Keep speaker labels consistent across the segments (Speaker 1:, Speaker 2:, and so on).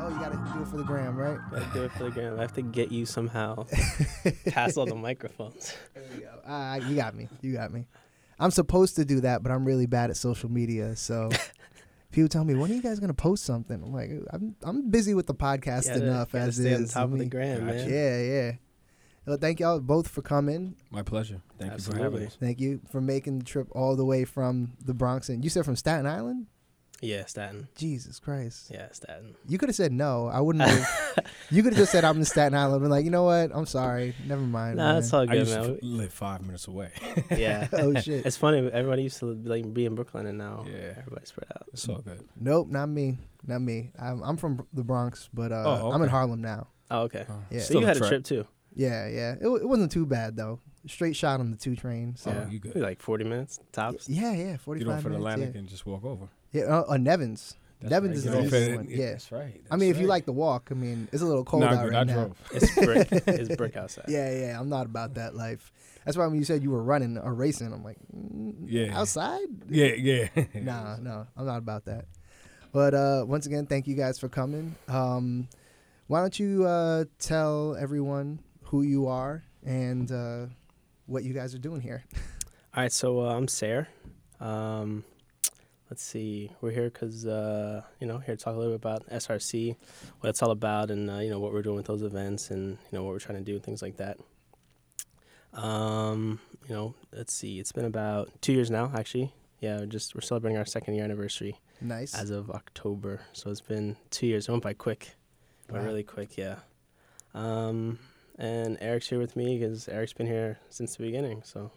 Speaker 1: Oh,
Speaker 2: have to get you somehow past all the microphones.
Speaker 1: There you go. Ah, you got me. You got me. I'm supposed to do that, but I'm really bad at social media. So people tell me, when are you guys gonna post something? I'm like, I'm I'm busy with the podcast
Speaker 2: Gotta-
Speaker 1: enough
Speaker 2: gotta
Speaker 1: as
Speaker 2: stay
Speaker 1: is. I
Speaker 2: on top of the
Speaker 1: mean,
Speaker 2: gram,
Speaker 1: Yeah,
Speaker 2: man.
Speaker 1: yeah. Well, thank y'all both for coming.
Speaker 3: My pleasure. Thank you for having
Speaker 2: Absolutely.
Speaker 3: us.
Speaker 1: Thank you for making the trip all the way from the Bronx and you said from Staten Island?
Speaker 2: Yeah, Staten.
Speaker 1: Jesus Christ.
Speaker 2: Yeah, Staten.
Speaker 1: You could have said no. I wouldn't have you could have just said I'm in Staten Island and like, you know what? I'm sorry. Never mind.
Speaker 2: Nah, it's all
Speaker 3: I
Speaker 2: good,
Speaker 3: used to
Speaker 2: man.
Speaker 3: f- live five minutes away.
Speaker 2: yeah.
Speaker 1: man." oh shit.
Speaker 2: It's funny. Everybody used to like be in Brooklyn, and
Speaker 1: Oh.
Speaker 2: now
Speaker 3: Yeah.
Speaker 2: everybody's spread out.
Speaker 3: It's all good.
Speaker 1: Nope, not me. Not me. I'm, I'm from the Bronx, but uh,
Speaker 3: Oh,
Speaker 1: I'm in
Speaker 3: okay.
Speaker 1: Harlem now.
Speaker 2: Oh, okay.
Speaker 3: Oh,
Speaker 1: Yeah.
Speaker 2: So
Speaker 3: still
Speaker 2: you had a
Speaker 3: track.
Speaker 2: trip too.
Speaker 1: Yeah, yeah. It, wa- it wasn't too bad though. Straight shot on the two train. So.
Speaker 3: Yeah.
Speaker 2: Yeah,
Speaker 3: Oh, you good.
Speaker 2: Maybe like 40 minutes tops.
Speaker 1: Yeah, yeah. Forty
Speaker 3: Get off
Speaker 1: five
Speaker 3: at
Speaker 1: minutes.
Speaker 3: Atlantic
Speaker 1: yeah,
Speaker 3: and just walk over.
Speaker 1: yeah uh, uh, Nevins. Devin
Speaker 3: right.
Speaker 1: is
Speaker 3: Get
Speaker 1: the
Speaker 3: off
Speaker 1: easiest
Speaker 3: at-
Speaker 1: one, yeah.
Speaker 3: That's right.
Speaker 1: I mean, if
Speaker 3: that's
Speaker 1: you
Speaker 3: right.
Speaker 1: like the walk, I mean, it's a little cold
Speaker 3: Nah,
Speaker 1: out
Speaker 3: good,
Speaker 1: right
Speaker 3: I
Speaker 1: now.
Speaker 3: drove.
Speaker 2: It's brick. it's brick outside.
Speaker 1: Yeah, yeah. I'm not about that life. That's why when you said you were running or racing, I'm like, mm,
Speaker 3: Yeah.
Speaker 1: outside?
Speaker 3: Yeah, yeah.
Speaker 1: Nah, no, I'm not about that. But uh, once again, thank you guys for coming. Um, why don't you uh, tell everyone who you are and uh, what you guys are doing here?
Speaker 2: All right, so uh, I'm Sarah. Um, let's see, we're here because uh, you know here to talk a little bit about SRC, what it's all about, and uh, you know what we're doing with those events, and you know what we're trying to do, and things like that. Um, you know, let's see, it's been about two years now, actually. Yeah, we're just we're celebrating our second year anniversary
Speaker 1: Nice.
Speaker 2: as of October, so it's been two years. It went by quick, but
Speaker 1: Wow.
Speaker 2: really quick, yeah. Um, and Eric's here with me because Eric's been here since the beginning, so.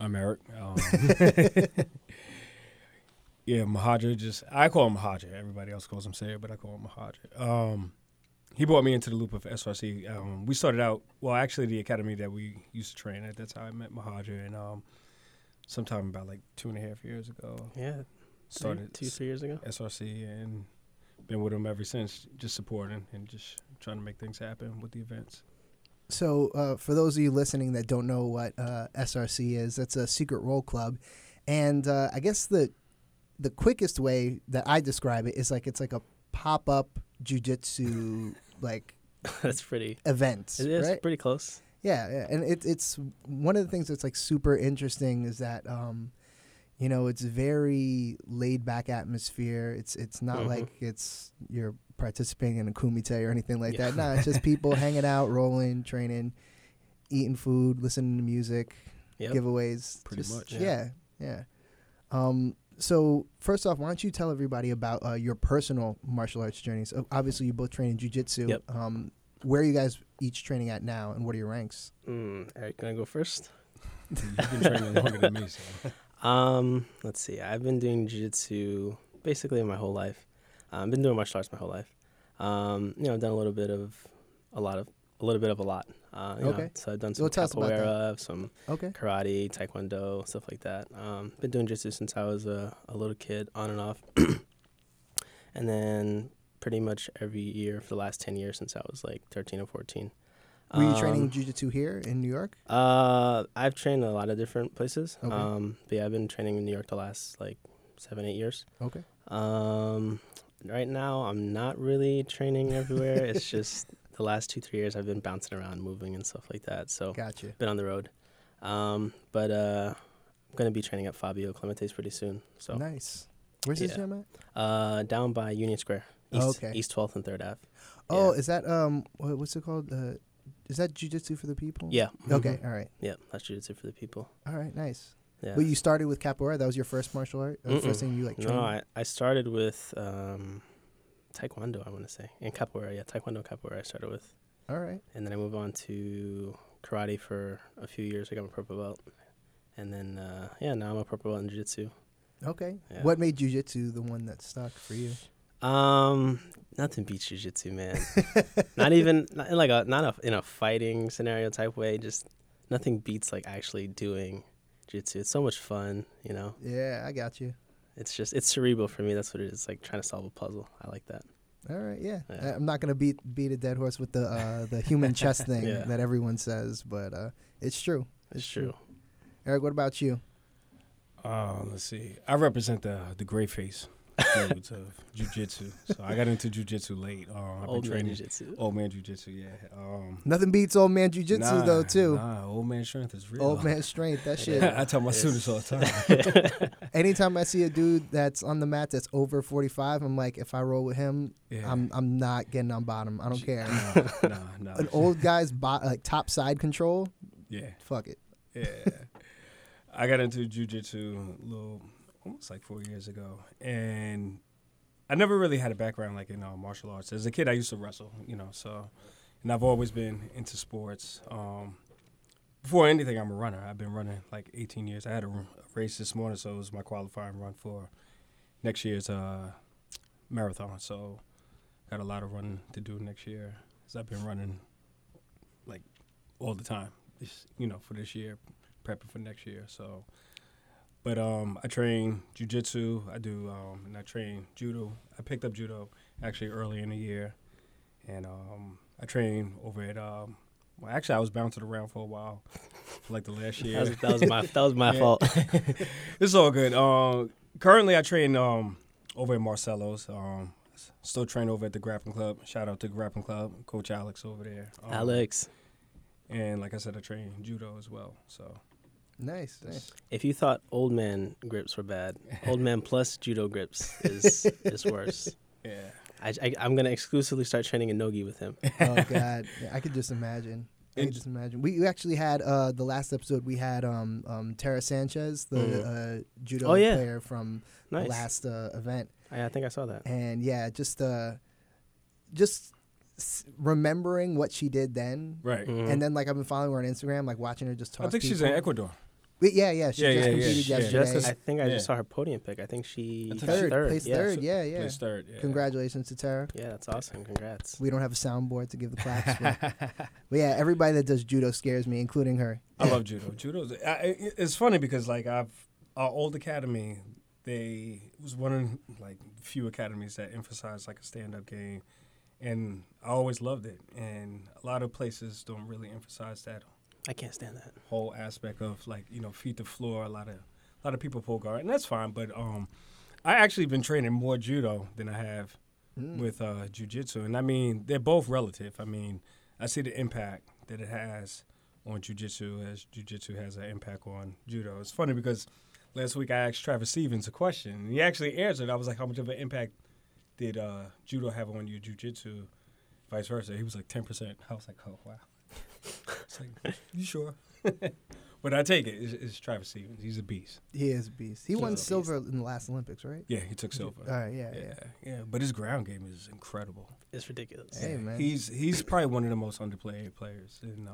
Speaker 3: I'm Eric. Um, yeah, Mahadra just I call him Mahadra. Everybody else calls him Sayer, but I call him Mahadra. Um, he brought me into the loop of SRC. Um, we started out well, actually, the academy that we used to train at. That's how I met Mahadra, and um, sometime about like two and a half years ago,
Speaker 2: Yeah, Three-
Speaker 3: started
Speaker 2: two, three years ago.
Speaker 3: SRC and been with him ever since, just supporting and just trying to make things happen with the events.
Speaker 1: So, uh, for those of you listening that don't know what uh, SRC is, that's a secret role club, and uh, I guess the the quickest way that I describe it is like it's like a pop up jujitsu like
Speaker 2: That's pretty.
Speaker 1: event,
Speaker 2: It is
Speaker 1: right?
Speaker 2: pretty close.
Speaker 1: Yeah, yeah, and it, it's one of the things that's like super interesting is that um, you know it's very laid back atmosphere. It's it's not
Speaker 2: Mhm.
Speaker 1: like it's you're participating in a kumite or anything like
Speaker 2: Yeah.
Speaker 1: that. No, it's just people hanging out, rolling, training, eating food, listening to music,
Speaker 2: Yep.
Speaker 1: giveaways.
Speaker 3: Pretty
Speaker 1: just-
Speaker 3: much.
Speaker 1: Yeah, yeah. Um, so first off, why don't you tell everybody about uh, your personal martial arts journeys? So obviously, you both train in jujitsu.
Speaker 2: Yep.
Speaker 1: Um, where are you guys each training at now, and what are your ranks?
Speaker 2: Mm, Eric, can I go first?
Speaker 3: You've been training longer than me, so
Speaker 2: Um, let's see. I've been doing jiu-jitsu basically my whole life. Uh, I've been doing martial arts my whole life. Um, you know, I've done a little bit of a lot of a little bit of a lot. Uh, you know,
Speaker 1: Okay.
Speaker 2: so I've done some
Speaker 1: Well, tell us about that.
Speaker 2: capoeira, some
Speaker 1: Okay.
Speaker 2: karate, taekwondo, stuff like that. Um, been doing jiu-jitsu since I was a, a little kid, on and off. and then pretty much every year for the last 10 years since I was like 13 or 14.
Speaker 1: Were you training
Speaker 2: Um,
Speaker 1: jujitsu here in New York?
Speaker 2: Uh, I've trained in a lot of different places.
Speaker 1: Okay.
Speaker 2: Um, but yeah, I've been training in New York the last like seven, eight years.
Speaker 1: Okay.
Speaker 2: Um, right now I'm not really training everywhere. it's just the last two, three years I've been bouncing around, moving and stuff like that. So
Speaker 1: Gotcha.
Speaker 2: been on the road. Um, but uh, I'm gonna be training at Fabio Clemente's pretty soon. So
Speaker 1: Nice. Where's this
Speaker 2: Yeah.
Speaker 1: gym at?
Speaker 2: uh, down by Union Square, East,
Speaker 1: Oh, Okay.
Speaker 2: East 12th and Third Ave.
Speaker 1: Oh,
Speaker 2: Yeah.
Speaker 1: is that um wha- what's it called? Uh, is that jujitsu for the people?
Speaker 2: Yeah.
Speaker 1: Mm. Okay.
Speaker 2: Mhm.
Speaker 1: All right.
Speaker 2: Yeah, that's jiu-jitsu for the people.
Speaker 1: All right. Nice.
Speaker 2: Yeah.
Speaker 1: Well, you started with capoeira. That was your first martial art. Uh,
Speaker 2: Mm-mm.
Speaker 1: first thing you like trained.
Speaker 2: No, I, I started with um, Taekwondo, I want to say, and Capoeira. Yeah, Taekwondo Capoeira I started with.
Speaker 1: All right.
Speaker 2: And then I moved on to karate for a few years. I got my purple belt. And then, uh, yeah, now I'm a purple belt in jiu jitsu.
Speaker 1: Okay.
Speaker 2: Yeah.
Speaker 1: What made jujitsu the one that stuck for you?
Speaker 2: Um, nothing beats jiu jitsu, man. not even, not in like a, not a, in a fighting scenario type way, just nothing beats like actually doing jiu jitsu. It's so much fun, you know?
Speaker 1: Yeah, I got you.
Speaker 2: It's just, it's cerebral for me. That's what it is. Like trying to solve a puzzle. I like that.
Speaker 1: All right. Yeah.
Speaker 2: Yeah.
Speaker 1: I, I'm not gonna beat beat a dead horse with the uh, the human chess thing
Speaker 2: Yeah.
Speaker 1: that everyone says, but uh, it's true.
Speaker 2: It's, true.
Speaker 1: Eric, what about you?
Speaker 3: Um, Uh, let's see. I represent the the gray face. dudes of jujitsu. So I got into jujitsu late. Um, I've
Speaker 2: Old
Speaker 3: been
Speaker 2: man
Speaker 3: training
Speaker 2: jiu-jitsu.
Speaker 3: old man jujitsu. Yeah. Um,
Speaker 1: Nothing beats old man jujitsu
Speaker 3: nah,
Speaker 1: though too.
Speaker 3: Nah, old man strength is real.
Speaker 1: Old Oh, man strength, that shit.
Speaker 3: I tell my students all the time.
Speaker 1: Anytime I see a dude that's on the mat that's over 45, I'm like, if I roll with him,
Speaker 3: Yeah.
Speaker 1: I'm I'm not getting on bottom. I don't care.
Speaker 3: nah, nah, nah.
Speaker 1: An old guy's bo- like top side control,
Speaker 3: Yeah.
Speaker 1: fuck it.
Speaker 3: Yeah. I got into jujitsu a little, almost like four years ago, and I never really had a background like in uh, martial arts. As a kid, I used to wrestle, you know. So, and I've always been into sports. Um, before anything, I'm a runner. I've been running like 18 years. I had a, r- a race this morning, so it was my qualifying run for next year's uh, marathon. So, got a lot of running to do next year. Cause I've been running like all the time, this, you know, for this year, prepping for next year. So, but um, I train jujitsu. I do, um, and I train judo. I picked up judo actually early in the year, and um, I train over at. Um, well, actually, I was bouncing around for a while, for like the last year.
Speaker 2: That was, that was my that was my
Speaker 3: Yeah.
Speaker 2: fault.
Speaker 3: It's all good. Um, currently, I train um, over at Marcelo's. Um, s- still train over at the Grappling Club. Shout out to Grappling Club, Coach Alex over there. Um,
Speaker 2: Alex,
Speaker 3: And like I said, I train judo as well. So
Speaker 1: Nice, nice.
Speaker 2: if you thought old man grips were bad, old man plus judo grips is is worse.
Speaker 3: yeah,
Speaker 2: I, I, I'm gonna exclusively start training in nogi with him.
Speaker 1: oh god, yeah, I could just imagine. I
Speaker 3: And-
Speaker 1: could just imagine. We we actually had uh, the last episode. We had um, um, Tara Sanchez, the uh, judo
Speaker 2: Oh, yeah.
Speaker 1: player from
Speaker 2: Nice.
Speaker 1: the last uh, event,
Speaker 2: I, I think I saw that.
Speaker 1: and yeah, just uh, just s- remembering what she did then,
Speaker 3: right.
Speaker 2: Mhm.
Speaker 1: and then like I've been following her on Instagram, like watching her just talk.
Speaker 3: Mm-hmm. I think she's in
Speaker 1: Mm-hmm. people.
Speaker 3: Ecuador.
Speaker 1: Wait, yeah, yeah, she just
Speaker 3: Yeah, yeah, yeah,
Speaker 1: competed
Speaker 3: yeah.
Speaker 1: yesterday.
Speaker 2: Just, I think I
Speaker 3: Yeah.
Speaker 2: just saw her podium pick. I think she
Speaker 3: I think
Speaker 2: finished
Speaker 1: third, place
Speaker 2: yeah.
Speaker 1: third, yeah, yeah.
Speaker 3: Place third. Yeah.
Speaker 1: Congratulations to Tara.
Speaker 2: Yeah, that's awesome. Congrats.
Speaker 1: We don't have a soundboard to give the claps, but, but yeah, everybody that does judo scares me, including her.
Speaker 3: I love judo. Judo's. I, I- it's funny because like I've our old academy. They it was one of like few academies that emphasized like a stand up game, and I always loved it. And a lot of places don't really emphasize that
Speaker 2: I can't stand that.
Speaker 3: whole aspect of like you know feet to floor. A lot of a lot of people pull guard, and that's fine. But um, I actually been training more judo than I have with uh, jujitsu, and I mean they're both relative. I mean I see the impact that it has on jujitsu as jujitsu has an impact on judo. It's funny because last week I asked Travis Stevens a question, and he actually answered. I was like, "How much of an impact did uh, judo have on your jujitsu?" Vice versa. He was like ten percent. I was like, "Oh wow." It's like, you sure? But I take it. It's, it's Travis Stevens. He's a beast.
Speaker 1: He is a beast. He
Speaker 2: He's a
Speaker 1: won
Speaker 2: beast.
Speaker 1: silver in the last Olympics, right?
Speaker 3: Yeah, he took silver.
Speaker 1: All right, yeah,
Speaker 3: yeah,
Speaker 1: yeah.
Speaker 3: yeah, But his ground game is incredible.
Speaker 2: It's ridiculous.
Speaker 1: Hey, man.
Speaker 3: He's he's probably one of the most underplayed players in uh,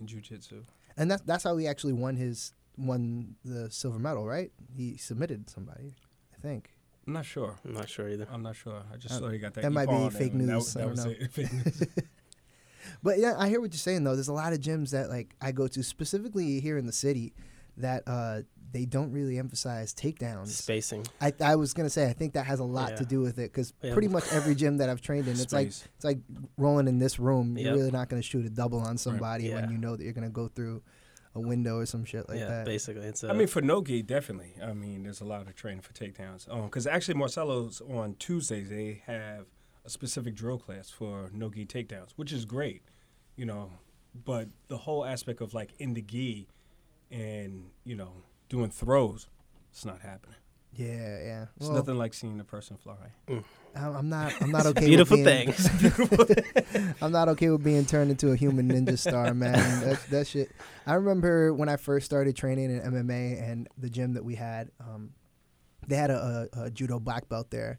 Speaker 3: in jujitsu.
Speaker 1: And that's that's how he actually won his won the silver medal, right? He submitted somebody, I think.
Speaker 3: I'm not sure.
Speaker 2: I'm not sure either.
Speaker 3: I'm not sure. I just
Speaker 1: Uh,
Speaker 3: saw he got that.
Speaker 1: that might be
Speaker 3: e-pawn
Speaker 1: fake
Speaker 3: and that-
Speaker 1: news.
Speaker 3: That,
Speaker 1: I don't
Speaker 3: was
Speaker 1: know.
Speaker 3: it. Fake news.
Speaker 1: But yeah, I hear what you're saying though. There's a lot of gyms that like I go to specifically here in the city that uh they don't really emphasize takedowns.
Speaker 2: Spacing.
Speaker 1: I, I was gonna say I think that has a lot to
Speaker 2: Yeah.
Speaker 1: do with it because
Speaker 2: Yeah.
Speaker 1: pretty much every gym that I've trained in, it's like
Speaker 3: Space.
Speaker 1: it's like rolling in this room. You're
Speaker 2: Yep.
Speaker 1: really not gonna shoot a double on somebody
Speaker 2: Yeah.
Speaker 1: when you know that you're gonna go through a window or some shit like
Speaker 2: yeah,
Speaker 1: that.
Speaker 2: basically. It's a,
Speaker 3: I mean, for Nogi, definitely. I mean, there's a lot of training for takedowns. Because actually, Marcelo's on Tuesdays, they have a specific drill class for Nogi takedowns, which is great, you know. But the whole aspect of like in the gi and, you know, doing throws, it's not happening.
Speaker 1: Yeah, yeah.
Speaker 3: It's
Speaker 1: Well,
Speaker 3: nothing like seeing a person fly.
Speaker 1: I'm I'm not. I'm not okay. with
Speaker 2: beautiful
Speaker 1: being-
Speaker 2: thing.
Speaker 1: I'm not okay with being turned into a human ninja star, man. That, that shit. I remember when I first started training in MMA and the gym that we had, um, they had a, a, a judo black belt there.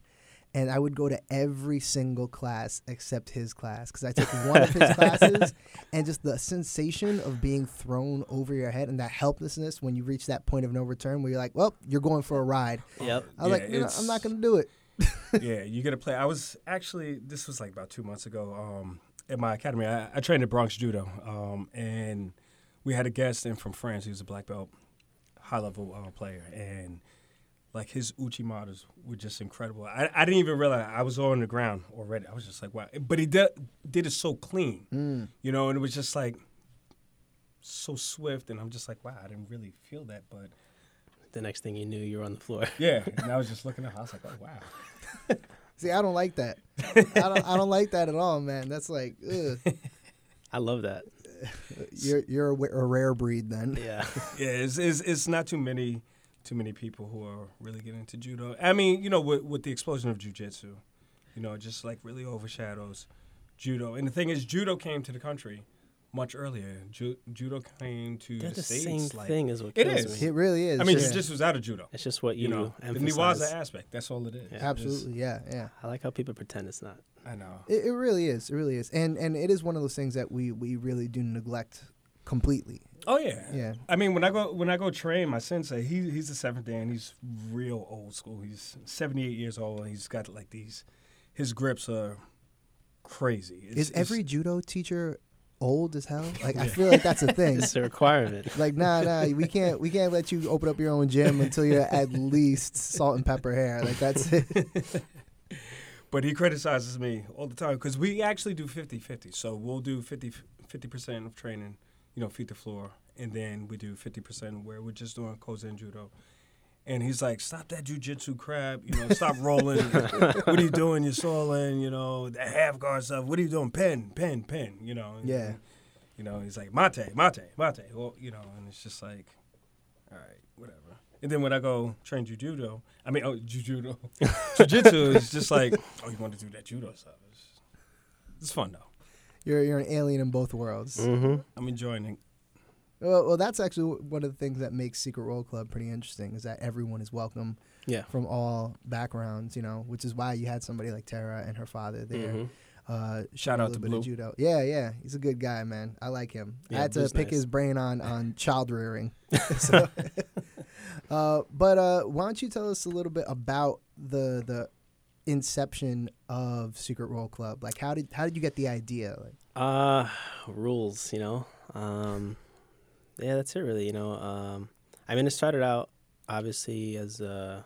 Speaker 1: And I would go to every single class except his class because I took one of his classes, and just the sensation of being thrown over your head and that helplessness when you reach that point of no return where you're like, well, you're going for a ride.
Speaker 2: yep.
Speaker 1: I was
Speaker 3: Yeah,
Speaker 1: like, "No, no, I'm
Speaker 3: it's-
Speaker 1: not going to do it.
Speaker 3: yeah, you get to play. I was actually this was like about two months ago. Um, at my academy, I, I trained at Bronx Judo, um, and we had a guest in from France. He was a black belt, high level uh, player, and like his uchi models were just incredible. I, I didn't even realize I was on the ground already. I was just like, wow. But he did did it so clean, you know, and it was just like so swift, and I'm just like, wow, I didn't really feel that, but
Speaker 2: the next thing you knew, you were on the floor.
Speaker 3: Yeah, and I was just looking up. I was like, oh, wow.
Speaker 1: See, I don't like that. I don't. I don't like that at all, man. That's like, ugh.
Speaker 2: I love that.
Speaker 1: you're you're a, wa- a rare breed then.
Speaker 2: Yeah.
Speaker 3: Yeah, it's, it's, it's not too many too many people who are really getting into judo. I mean, you know, with, with the explosion of jujitsu, you know, it just like really overshadows judo. And the thing is, judo came to the country much earlier. Ju- judo came to
Speaker 2: They're
Speaker 3: the,
Speaker 2: the
Speaker 3: states.
Speaker 2: same
Speaker 3: like,
Speaker 2: thing is what
Speaker 3: It
Speaker 2: kills
Speaker 3: is.
Speaker 2: me.
Speaker 1: It really is.
Speaker 3: I mean,
Speaker 1: yeah.
Speaker 3: jujitsu was out of judo.
Speaker 2: It's just what you,
Speaker 3: You know, the
Speaker 2: emphasize.
Speaker 3: Niwaza aspect. That's all it is.
Speaker 2: Yeah.
Speaker 1: absolutely, yeah, yeah.
Speaker 2: I like how people pretend it's not.
Speaker 3: It's- I know.
Speaker 1: It, it really is. It really is. And and it is one of those things that we we really do neglect completely.
Speaker 3: Oh yeah.
Speaker 1: Yeah.
Speaker 3: I mean, when I go when I go train my sensei, he he's the seventh dan. He's real old school. He's seventy eight years old, and he's got like these. His grips are crazy. It's-
Speaker 1: Is
Speaker 3: it's-
Speaker 1: every judo teacher old as hell? Like I feel like that's a thing.
Speaker 2: It's a requirement.
Speaker 1: Like nah, nah, we can't we can't let you open up your own gym until you're at least salt and pepper hair. Like that's it.
Speaker 3: But he criticizes me all the time because we actually do 50 50. So we'll do 50 percent of training, you know, feet to floor, and then we do 50 percent where we're just doing kozen judo. And he's like, "Stop that jujitsu crap! You know, stop rolling. what are you doing? You're stalling. You know, the half guard stuff. What are you doing? Pen, pen, pen. You know. and-
Speaker 1: Yeah.
Speaker 3: you know, he's like mate, mate, mate. Well, you know, and it's just like, all right, whatever. And then when I go train jujitsu, I mean, oh, jujitsu, jujitsu is just like, oh, you want to do that judo stuff? It's, it's fun though.
Speaker 1: You're you're an alien in both worlds.
Speaker 2: mm-hmm.
Speaker 3: I'm enjoying it.
Speaker 1: Well, well, that's actually one of the things that makes Secret Role Club pretty interesting is that everyone is welcome
Speaker 2: Yeah.
Speaker 1: from all backgrounds, you know, which is why you had somebody like Tara and her father there.
Speaker 2: Mhm.
Speaker 1: Uh,
Speaker 3: Shout
Speaker 1: a
Speaker 3: out
Speaker 1: little
Speaker 3: to
Speaker 1: bit of
Speaker 3: Blue.
Speaker 1: judo. Yeah, yeah, he's a good guy, man. I like him. I
Speaker 2: Yeah,
Speaker 1: had to
Speaker 2: Blue's
Speaker 1: pick
Speaker 2: nice.
Speaker 1: his brain on on child rearing. So, uh, but uh, why don't you tell us a little bit about the the inception of Secret Role Club? Like, how did how did you get the idea? Like,
Speaker 2: Uh, rules, you know. Um, yeah, that's it, really. You know, um, I mean, it started out obviously as uh,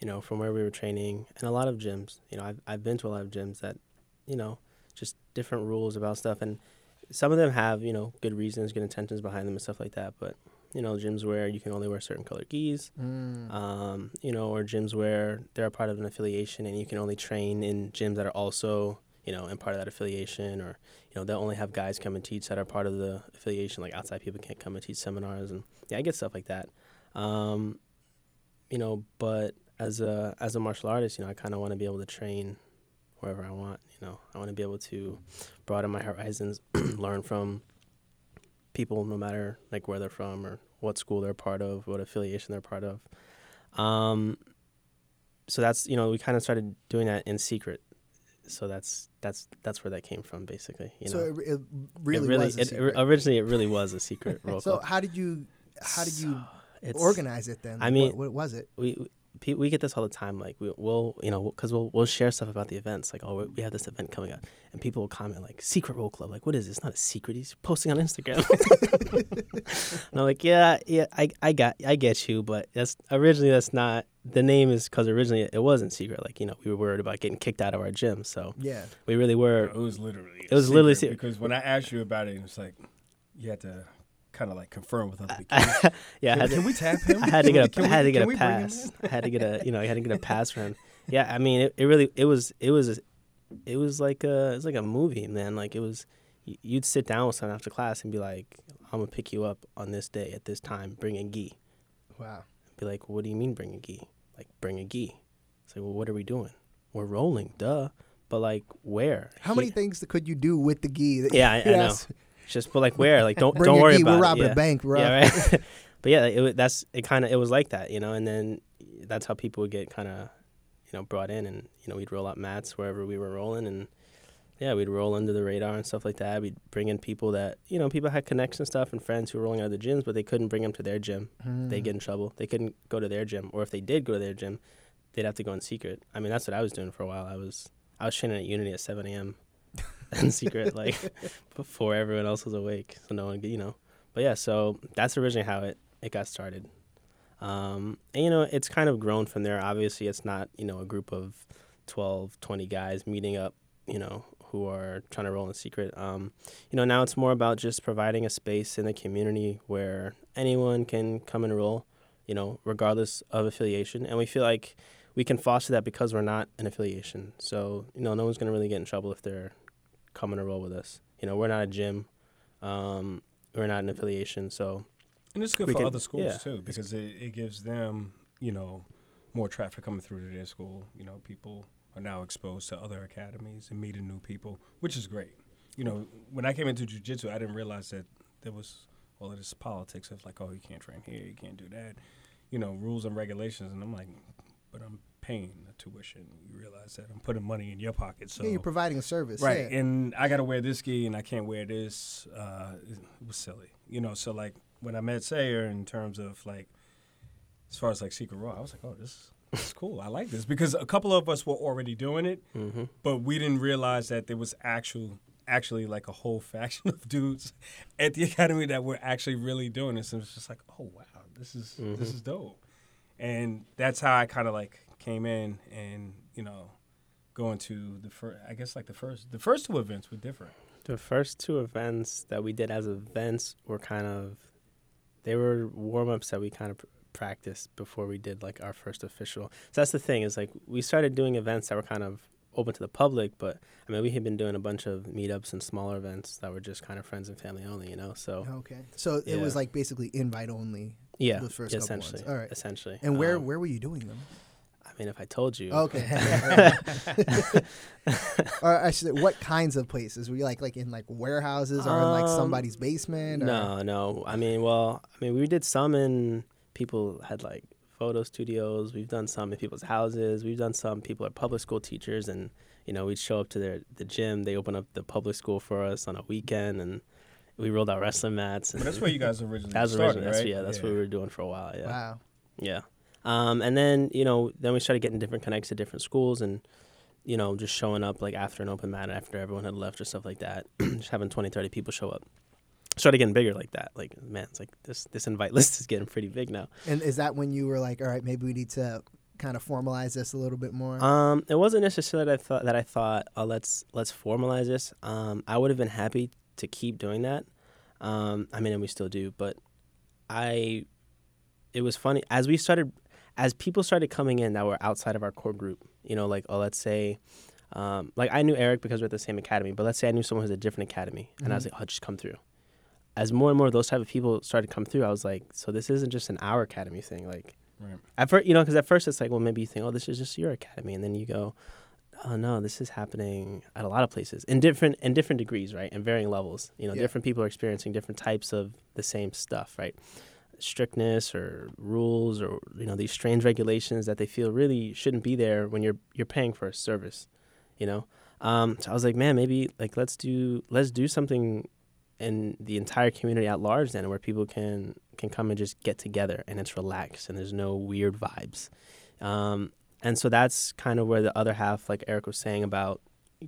Speaker 2: you know, from where we were training and a lot of gyms. You know, I've I've been to a lot of gyms that, you know, just different rules about stuff, and some of them have you know good reasons, good intentions behind them, and stuff like that. But you know, gyms where you can only wear certain colored geese,
Speaker 1: mm,
Speaker 2: um, you know, or gyms where they're a part of an affiliation and you can only train in gyms that are also, you know, in part of that affiliation, or you know, they'll only have guys come and teach that are part of the affiliation. Like outside people can't come and teach seminars, and yeah, I get stuff like that. Um, you know, but as a as a martial artist, you know, I kind of want to be able to train wherever I want. You know, I want to be able to broaden my horizons, learn from people, no matter like where they're from or what school they're part of, what affiliation they're part of. Um, so that's you know we kind of started doing that in secret. So that's that's that's where that came from, basically. You
Speaker 1: so
Speaker 2: know,
Speaker 1: it, it really,
Speaker 2: it really
Speaker 1: was a
Speaker 2: it-
Speaker 1: secret.
Speaker 2: originally it really was a secret roll
Speaker 1: so
Speaker 2: call.
Speaker 1: how did you how did you
Speaker 2: It's-
Speaker 1: organize it then?
Speaker 2: I
Speaker 1: Like,
Speaker 2: mean-
Speaker 1: what, what was it?
Speaker 2: we we, we get this all the time. Like we, we'll you know because we'll we'll share stuff about the events. Like oh we- we have this event coming up, and people will comment like secret roll club. Like what is this? Not a secret. He's posting on Instagram. and I'm like yeah yeah I I got I get you, but that's originally that's not the name is because originally it wasn't secret. Like you know we were worried about getting kicked out of our gym, so
Speaker 1: Yeah,
Speaker 2: we really were.
Speaker 3: It was literally.
Speaker 2: It was literally secret.
Speaker 3: because when I asked you about it, it's like you had to kind of like confirm with other people.
Speaker 2: yeah, I had to-
Speaker 3: can we tap him?
Speaker 2: I had to get a,
Speaker 3: Can
Speaker 2: I
Speaker 3: we-
Speaker 2: had to
Speaker 3: can
Speaker 2: get a
Speaker 3: we bring him
Speaker 2: pass. I had to get a, you know, I had to get a pass for him. Yeah, I mean, it, it really, it was, it was, it was like a, it was like a movie, man. Like it was, y- you'd sit down with someone after class and be like, I'm gonna pick you up on this day at this time. Bring a gi.
Speaker 1: wow.
Speaker 2: Be like, what do you mean bring a gi? Like bring a gi. It's like, well, what are we doing? We're rolling, duh. But like, where?
Speaker 1: How many
Speaker 2: He-
Speaker 1: things that could you do with the gi? That
Speaker 2: Yeah, I, I know.
Speaker 1: Yes.
Speaker 2: Just but like where? Like don't
Speaker 1: Bring
Speaker 2: don't
Speaker 1: your
Speaker 2: worry
Speaker 1: gi,
Speaker 2: about
Speaker 1: we're
Speaker 2: it.
Speaker 1: robbing a
Speaker 2: yeah.
Speaker 1: bank, bro.
Speaker 2: Yeah, right. but yeah, it, wa- that's it. Kind of it was like that, you know. And then that's how people would get kind of you know brought in, and you know we'd roll out mats wherever we were rolling, and yeah, we'd roll under the radar and stuff like that. We'd bring in people that you know people had connections and stuff and friends who were rolling out of the gyms, but they couldn't bring them to their gym.
Speaker 1: Mm-hmm.
Speaker 2: They get in trouble. They couldn't go to their gym, or if they did go to their gym, they'd have to go in secret. I mean, that's what I was doing for a while. I was I was training at Unity at 7 a.m. in secret, like before everyone else was awake, so no one, could- you know. But yeah, so that's originally how it it got started. Um, and you know, it's kind of grown from there. Obviously, it's not you know a group of 12, 20 guys meeting up, you know, who are trying to roll in secret. Um, you know, now it's more about just providing a space in the community where anyone can come and roll you know, regardless of affiliation. And we feel like we can foster that because we're not an affiliation. So, you know, no one's going to really get in trouble if they're coming to roll with us. You know, we're not a gym. Um, we're not an affiliation. So,
Speaker 3: And it's good
Speaker 2: We
Speaker 3: for
Speaker 2: can-
Speaker 3: other schools
Speaker 2: yeah.
Speaker 3: too because it, it gives them, you know, more traffic coming through to their school. You know, people are now exposed to other academies and meeting new people, which is great. You know, when I came into jujitsu, I didn't realize that there was all of this politics of like, oh, you can't train here, you can't do that, you know, rules and regulations. And I'm like, but I'm paying the tuition. You realize that I'm putting money in your pocket. So
Speaker 1: yeah, you're providing a service.
Speaker 3: Right.
Speaker 1: Yeah.
Speaker 3: And I got to wear this gi and I can't wear this. Uh, it was silly. You know, so like when I met Sayer in terms of like, as far as like Secret Raw, I was like, oh, this, this is cool. I like this because a couple of us were already doing it,
Speaker 2: mhm.
Speaker 3: but we didn't realize that there was actual actually like a whole faction of dudes at the academy that were actually really doing this and it's just like oh wow this is this is dope and that's how i kind of like came in and you know going to the first i guess like the first the first two events were different
Speaker 2: the first two events that we did as events were kind of, they were warm ups that we kind of pr- practiced before we did like our first official. So that's the thing is like we started doing events that were kind of open to the public, but I mean, we had been doing a bunch of meetups and smaller events that were just kind of friends and family only, you know? So,
Speaker 1: Okay. So it was
Speaker 2: Yeah.
Speaker 1: like basically invite only.
Speaker 2: yeah,
Speaker 1: The first
Speaker 2: yeah,
Speaker 1: couple ones.
Speaker 2: essentially.
Speaker 1: All right.
Speaker 2: Essentially.
Speaker 1: And where
Speaker 2: Um,
Speaker 1: where were you doing them?
Speaker 2: I mean, if I told you.
Speaker 1: Okay. or I should, what kinds of places were you like? Like in like warehouses or in like
Speaker 2: Um,
Speaker 1: somebody's basement? Or,
Speaker 2: No, no. I mean, well, I mean, we did some in people had like photo studios. We've done some in people's houses. We've done some people are public school teachers, and you know, we'd show up to their the gym. They open up the public school for us on a weekend, and we rolled out wrestling mats. And
Speaker 3: but that's where you guys originally
Speaker 2: that was
Speaker 3: started
Speaker 2: originally. That's,
Speaker 3: right
Speaker 2: Yeah, that's what we were doing for a while. Yeah.
Speaker 1: Wow.
Speaker 2: Yeah. Um, and then, you know, then we started getting different connects to different schools and, you know, just showing up like after an open mat, after everyone had left or stuff like that, just having 20, 30 people show up. Started getting bigger like that. Like, man, it's like this, this invite list is getting pretty big now.
Speaker 1: And is that when you were like, all right, maybe we need to kind of formalize this a little bit more?
Speaker 2: Um, it wasn't necessarily that I thought that I thought, oh, let's let's formalize this. Um, I would have been happy to keep doing that. Um, I mean, and we still do, but I, it was funny as we started, as people started coming in that were outside of our core group. You know, like oh, let's say. Um, like I knew Eric because we're at the same academy, but let's say I knew someone who's at a different academy, and I was like, "Oh, just come through." As more and more of those type of people started to come through, I was like, "So this isn't just an our academy thing. Like,
Speaker 3: right
Speaker 2: at first, you know, because at first it's like, well, maybe you think, oh, this is just your academy, and then you go, oh no, this is happening at a lot of places in different in different degrees, right, and varying levels. You know,
Speaker 1: Yeah.
Speaker 2: different people are experiencing different types of the same stuff, right? Strictness or rules or you know these strange regulations that they feel really shouldn't be there when you're you're paying for a service, you know. Um, so I was like, man, maybe like let's do let's do something in the entire community at large then where people can can come and just get together and it's relaxed and there's no weird vibes um, and so that's kind of where the other half like eric was saying about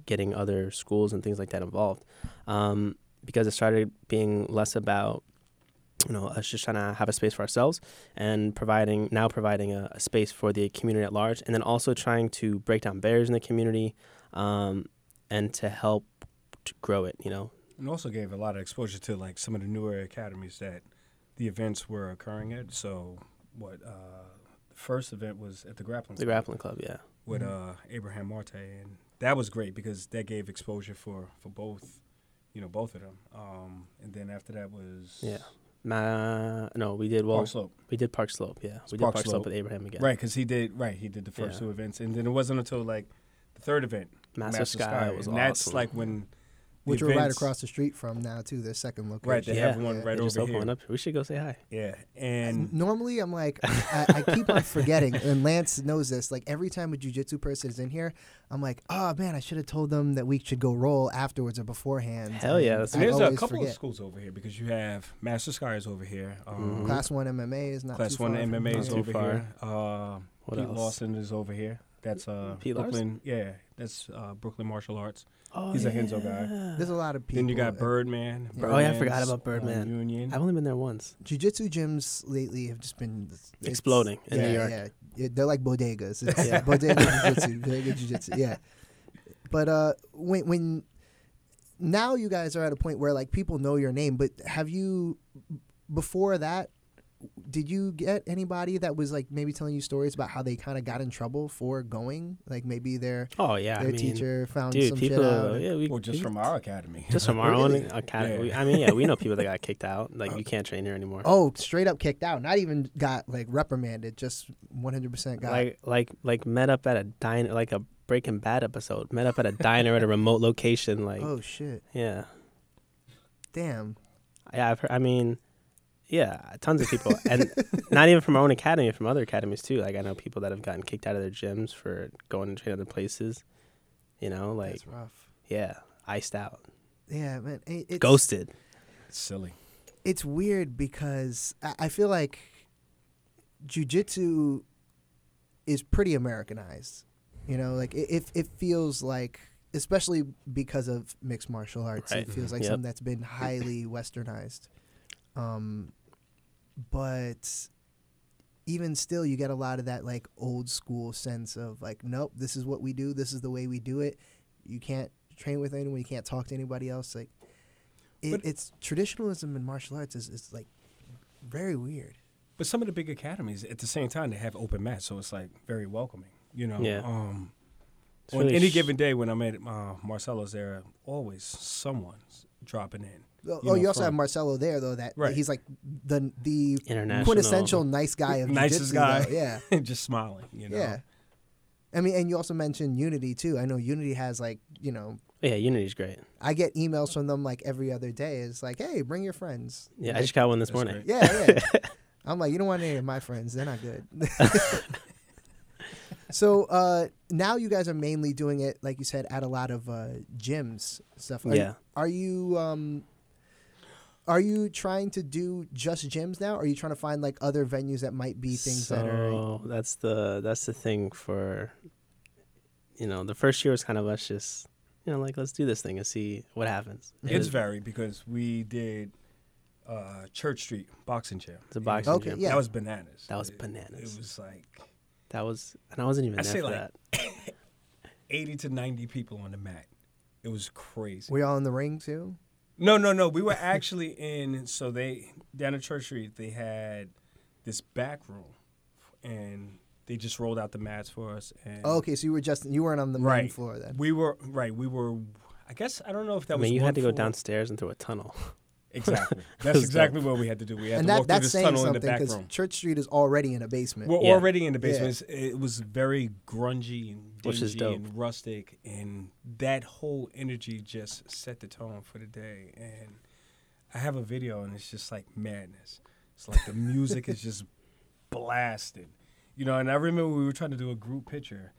Speaker 2: getting other schools and things like that involved um, because it started being less about you know us just trying to have a space for ourselves and providing now providing a, a space for the community at large and then also trying to break down barriers in the community um, and to help to grow it you know
Speaker 3: and also gave a lot of exposure to like some of the newer academies that the events were occurring at so what uh the first event was at the grappling
Speaker 2: the Mm-hmm.
Speaker 3: School.
Speaker 2: grappling club yeah
Speaker 3: with uh, Abraham Marte, and that was great because that gave exposure for, for both, you know, both of them. Um, and then after that was
Speaker 2: Yeah. Ma- no, we did well.
Speaker 3: Park Slope,
Speaker 2: We did Park Slope, yeah. We did
Speaker 3: Park
Speaker 2: Park Slope
Speaker 3: Slope.
Speaker 2: with Abraham again.
Speaker 3: right? Because he did right. He did the first
Speaker 2: Yeah.
Speaker 3: two events, and then it wasn't until like the third event,
Speaker 2: Master, Sky, was awesome.
Speaker 3: and that's like when the
Speaker 1: Which we're right
Speaker 3: events-
Speaker 1: across the street from now too, their second location.
Speaker 3: Right, they have
Speaker 2: Yeah.
Speaker 3: one
Speaker 1: Yeah.
Speaker 2: They
Speaker 3: right
Speaker 2: just
Speaker 3: over
Speaker 2: opened
Speaker 3: here.
Speaker 2: one Up. We should go say hi.
Speaker 3: Yeah,
Speaker 1: N-
Speaker 3: and
Speaker 1: Normally, I'm like, I, I keep on forgetting, and Lance knows this. Like every time a jujitsu person is in here, I'm like, oh man, I should have told them that we should go roll afterwards or beforehand.
Speaker 2: Hell yeah,
Speaker 1: And
Speaker 2: that's
Speaker 1: I
Speaker 2: what-
Speaker 3: there's a
Speaker 1: always
Speaker 3: couple
Speaker 1: forget.
Speaker 3: of schools over here because you have Master Sky is over here. Um,
Speaker 2: Mhm.
Speaker 1: Mm-hmm. Class one MMA is not
Speaker 3: Class
Speaker 1: too
Speaker 3: one
Speaker 1: far from
Speaker 3: MMA is
Speaker 2: Not too
Speaker 3: over
Speaker 2: far.
Speaker 3: here. Uh,
Speaker 2: What
Speaker 3: Pete
Speaker 2: else?
Speaker 3: Lawson is over here. That's uh,
Speaker 2: Pete Larson?
Speaker 3: Brooklyn. Yeah, that's uh, Brooklyn Martial Arts.
Speaker 2: Oh,
Speaker 3: He's a Henzo guy.
Speaker 2: yeah.
Speaker 1: There's a lot of people. uh,
Speaker 3: Then you got Birdman.
Speaker 1: Yeah.
Speaker 2: Oh, yeah, I
Speaker 3: Birdman's
Speaker 2: forgot about
Speaker 3: on
Speaker 2: Birdman.
Speaker 3: Union.
Speaker 2: I've only been there once.
Speaker 1: Jiu-jitsu gyms lately have just been it's-
Speaker 2: Exploding in
Speaker 1: yeah,
Speaker 2: New York.
Speaker 1: Yeah, Yeah, they're like bodegas. It's
Speaker 2: Yeah.
Speaker 1: bodega jiu-jitsu, bodega jiu-jitsu. Yeah, but uh, when when now you guys are at a point where like people know your name, but have you before that? did you get anybody that was like maybe telling you stories about how they kind of got in trouble for going? Like maybe their
Speaker 2: Oh yeah,
Speaker 1: their
Speaker 2: I mean,
Speaker 1: teacher found
Speaker 2: dude,
Speaker 1: some
Speaker 2: people.
Speaker 1: shit out.
Speaker 2: yeah, we
Speaker 3: Well, just
Speaker 2: we-
Speaker 3: from our academy.
Speaker 2: just from our
Speaker 1: Really?
Speaker 2: own academy. I mean, yeah, we know people that got kicked out.
Speaker 3: Uh,
Speaker 2: Like you can't train here anymore.
Speaker 1: Oh, straight up kicked out. Not even got like reprimanded. Just 100% got.
Speaker 2: like like like met up at a diner, like a Breaking Bad episode. Met up at a diner at a remote location. Like
Speaker 1: oh shit!
Speaker 2: yeah,
Speaker 1: Damn.
Speaker 2: yeah. I've heard, I mean, yeah, tons of people, and not even from our own academy, from other academies too. Like I know people that have gotten kicked out of their gyms for going to train other places. You know, like
Speaker 1: That's rough.
Speaker 2: yeah, iced out,
Speaker 1: Yeah, man. It, it's,
Speaker 2: ghosted.
Speaker 3: It's silly.
Speaker 1: it's weird because I, I feel like jujitsu is pretty Americanized. You know, like it, it, it feels like, especially because of mixed martial arts,
Speaker 2: Right.
Speaker 1: it feels like
Speaker 2: Yep.
Speaker 1: something that's been highly westernized. Um, but even still, you get a lot of that like old school sense of like, nope, this is what we do, this is the way we do it. You can't train with anyone, you can't talk to anybody else. Like, it,
Speaker 3: But-
Speaker 1: it's traditionalism in martial arts is, is like very weird.
Speaker 3: But some of the big academies, at the same time, they have open mats, so it's like very welcoming. You know,
Speaker 2: Yeah.
Speaker 3: um,
Speaker 2: It's
Speaker 3: on
Speaker 2: really
Speaker 3: any
Speaker 2: sh-
Speaker 3: given day when I'm at uh, Marcelo's, there are always someone's dropping in.
Speaker 1: Oh,
Speaker 3: You
Speaker 1: oh,
Speaker 3: know,
Speaker 1: you also
Speaker 3: from-
Speaker 1: have Marcelo there though. That
Speaker 3: Right.
Speaker 1: he's like the the
Speaker 2: International.
Speaker 1: quintessential nice guy of
Speaker 3: Nicest
Speaker 1: jiu-jitsu,
Speaker 3: guy.
Speaker 1: though. Yeah,
Speaker 3: just smiling, you know.
Speaker 1: yeah. I mean, and you also mentioned Unity too. I know Unity has like you know.
Speaker 2: Yeah, Unity's great.
Speaker 1: I get emails from them like every other day. It's like, hey, bring your friends.
Speaker 2: Yeah, I just got one this
Speaker 3: That's
Speaker 2: morning.
Speaker 3: great.
Speaker 1: Yeah, yeah. I'm like, you don't want any of my friends. They're not good. so uh, now you guys are mainly doing it, like you said, at a lot of uh, gyms stuff. Are
Speaker 2: Yeah.
Speaker 1: You, are you um, are you trying to do just gyms now? Or are you trying to find like other venues that might be things that are
Speaker 2: So, that's the that's the thing for you know the first year was kind of us just you know like let's do this thing and see what happens It
Speaker 3: It's
Speaker 2: was-
Speaker 3: varied because we did uh, Church Street boxing gym.
Speaker 2: it's a boxing
Speaker 1: Okay,
Speaker 2: gym
Speaker 1: Oh, yeah.
Speaker 3: That was bananas.
Speaker 2: That was
Speaker 3: It-
Speaker 2: bananas.
Speaker 3: It was like
Speaker 2: that was and I wasn't even
Speaker 3: I
Speaker 2: there
Speaker 3: say,
Speaker 2: for
Speaker 3: like,
Speaker 2: that
Speaker 3: 80 to 90 people on the mat. It was crazy.
Speaker 1: we all in the ring too?
Speaker 3: No, no, no. We were actually in. So they down at Church Street, they had this back room, and they just rolled out the mats for us. And
Speaker 1: Oh, okay, so you were just you weren't on the main
Speaker 3: Right.
Speaker 1: floor then.
Speaker 3: we were right. We were. I guess I don't know if that
Speaker 2: I
Speaker 3: was.
Speaker 2: mean you
Speaker 3: one
Speaker 2: had to go
Speaker 3: floor.
Speaker 2: downstairs and through a tunnel
Speaker 3: Exactly.
Speaker 2: was
Speaker 3: That's exactly what we had to do. We had
Speaker 1: And
Speaker 3: to
Speaker 1: that
Speaker 3: walk through
Speaker 1: that's
Speaker 3: this
Speaker 1: saying
Speaker 3: tunnel in the
Speaker 1: something
Speaker 3: back
Speaker 1: because
Speaker 3: room.
Speaker 1: Church Street is already in a basement.
Speaker 3: We're
Speaker 2: Yeah.
Speaker 3: already in the
Speaker 1: Yeah.
Speaker 3: basement. It's- It was very grungy and dingy
Speaker 2: Which is dope.
Speaker 3: and rustic, and that whole energy just set the tone for the day. And I have a video, and it's just like madness. It's like the music is just blasting, you know. And I remember we were trying to do a group picture,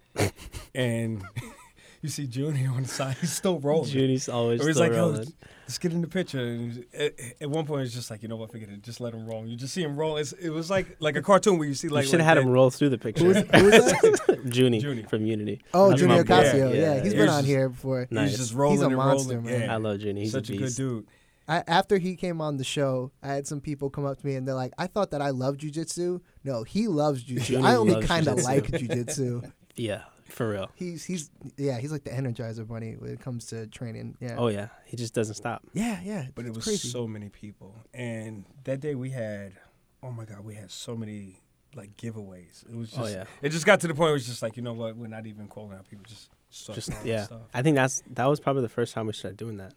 Speaker 3: and you see Junior on the side; he's still rolling.
Speaker 2: Judy's always
Speaker 3: It was
Speaker 2: still
Speaker 3: like, oh,
Speaker 2: rolling.
Speaker 3: let's get in the picture. And at, at one point, it's just like, you know what? Forget it. Just let him roll. You just see him roll. It's, it was like like a cartoon where you see like
Speaker 2: you should
Speaker 3: like
Speaker 2: have had
Speaker 3: that-
Speaker 2: him roll through the picture
Speaker 1: Who was that?
Speaker 2: Junie,
Speaker 3: Junie.
Speaker 2: from Unity
Speaker 1: Oh,
Speaker 2: That's my
Speaker 1: Junior
Speaker 2: boy.
Speaker 1: Ocasio. Yeah, he's been
Speaker 3: yeah. He's
Speaker 1: on
Speaker 3: just-
Speaker 1: here before.
Speaker 2: Nice.
Speaker 3: He's just rolling
Speaker 1: He's a
Speaker 3: and
Speaker 1: monster,
Speaker 3: rolling.
Speaker 1: man.
Speaker 3: Yeah.
Speaker 2: I love Junie he's
Speaker 3: Such
Speaker 2: a
Speaker 3: a,
Speaker 2: beast
Speaker 3: good dude.
Speaker 1: I, after he came on the show, I had some people come up to me and they're like, "I thought that I loved jujitsu. No, he loves jujitsu.
Speaker 2: Junior
Speaker 1: I only
Speaker 2: loves
Speaker 1: kind of
Speaker 2: jujitsu.
Speaker 1: like jujitsu.
Speaker 2: yeah for real
Speaker 1: He's he's yeah, he's like the Energizer Bunny when it comes to training. Yeah,
Speaker 2: oh yeah he just doesn't stop
Speaker 1: yeah, yeah.
Speaker 3: But it
Speaker 1: it's
Speaker 3: was
Speaker 1: crazy.
Speaker 3: so many people. And that day we had, oh my God, we had so many like giveaways. It was just,
Speaker 2: Oh, yeah.
Speaker 3: it just got to the point where it's just like, you know what? We're not even calling out people. Just start
Speaker 2: just
Speaker 3: throwing
Speaker 2: yeah
Speaker 3: stuff.
Speaker 2: I think that's that was probably the first time we started doing that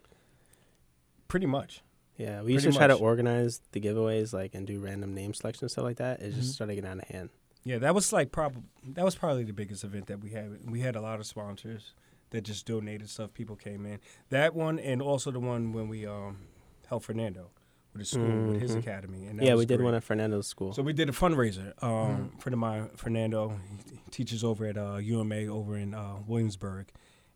Speaker 3: Pretty much.
Speaker 2: Yeah, we used to
Speaker 3: Pretty
Speaker 2: try to
Speaker 3: much.
Speaker 2: organize the giveaways like and do random name selection and stuff like that. It
Speaker 3: Mm-hmm.
Speaker 2: just started getting out of hand.
Speaker 3: Yeah, that was like probably that was probably the biggest event that we had. We had a lot of sponsors that just donated stuff. People came in. That one and also the one when we um helped Fernando with his school with his
Speaker 2: Mhm.
Speaker 3: academy. And that
Speaker 2: Yeah,
Speaker 3: was
Speaker 2: we did
Speaker 3: great.
Speaker 2: one Mm-hmm. at Fernando's school.
Speaker 3: So we did a fundraiser. Um, Friend of mine, Fernando, he teaches over at uh, UMA over in uh, Williamsburg,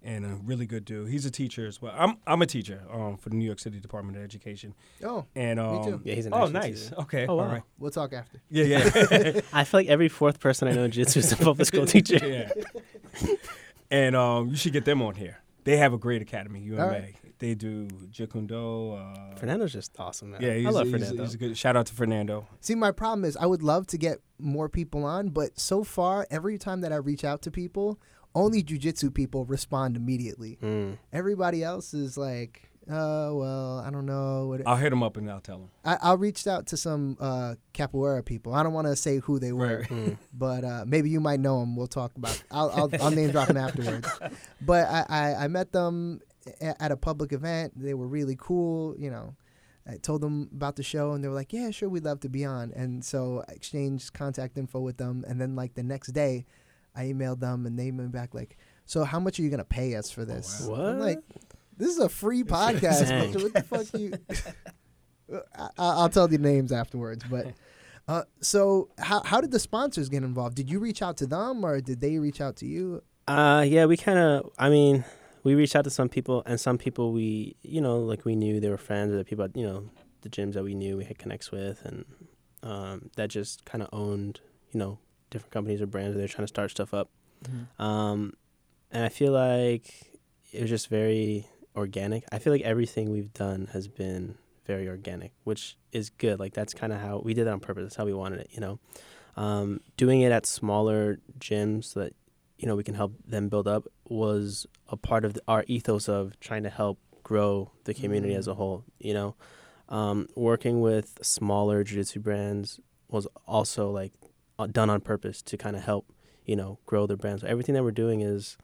Speaker 3: and a really good dude. He's a teacher as well. I'm I'm a teacher um, for the New York City Department of Education.
Speaker 1: Oh,
Speaker 3: And um,
Speaker 1: too.
Speaker 2: yeah, he's an
Speaker 3: oh,
Speaker 2: actual
Speaker 3: nice.
Speaker 2: teacher.
Speaker 3: Okay.
Speaker 2: Oh, wow.
Speaker 3: All right.
Speaker 1: we'll talk after.
Speaker 3: Yeah, yeah.
Speaker 2: I feel like every fourth person I know in jiu-jitsu is a public school teacher.
Speaker 3: yeah. And um, you should get them on here. They have a great academy, UMA.
Speaker 1: All right.
Speaker 3: They do Jeet Kune Do. Uh,
Speaker 2: Fernando's just awesome, man.
Speaker 3: Yeah, he's,
Speaker 2: I love
Speaker 3: he's-
Speaker 2: Fernando.
Speaker 3: he's a good. Shout out to Fernando.
Speaker 1: See, my problem is I would love to get more people on, but so far, every time that I reach out to people, only jujitsu people respond immediately.
Speaker 2: Mm.
Speaker 1: Everybody else is like, Uh, well, I don't know. What it,
Speaker 3: I'll hit him up and I'll tell him.
Speaker 1: I, I reached out to some uh, capoeira people. I don't want to say who they were,
Speaker 3: Right.
Speaker 2: Mm.
Speaker 1: but uh, maybe you might know them. We'll talk about. I'll, I'll, I'll name drop them afterwards. But I, I, I met them a- at a public event. They were really cool. You know, I told them about the show, and they were like, "Yeah, sure, we'd love to be on." And so I exchanged contact info with them, and then like the next day, I emailed them, and they emailed back like, "So how much are you gonna pay us for this?"
Speaker 2: wow.
Speaker 1: I'm
Speaker 2: What?
Speaker 1: like, this is a free podcast.
Speaker 2: Dang.
Speaker 1: Mitchell. what the fuck you? I, I- I'll tell you names afterwards, but. Uh, so how how did the sponsors get involved? Did you reach out to them or did they reach out to you?
Speaker 2: Uh, yeah, we kind of. I mean, we reached out to some people, and some people we, you know, like we knew they were friends or the people, at, you know, the gyms that we knew we had connects with, and um, that just kind of owned, you know, different companies or brands. They're trying to start stuff up, um, and I feel like it was just very organic. I feel like everything we've done has been very organic, which is good. Like that's kind of how we did it on purpose. That's how we wanted it, you know. Um, doing it at smaller gyms so that you know we can help them build up was a part of the, our ethos of trying to help grow the community
Speaker 1: Mm.
Speaker 2: as a whole. You know, um, working with smaller jiu-jitsu brands was also like uh, done on purpose to kind of help you know grow their brands. everything that we're doing is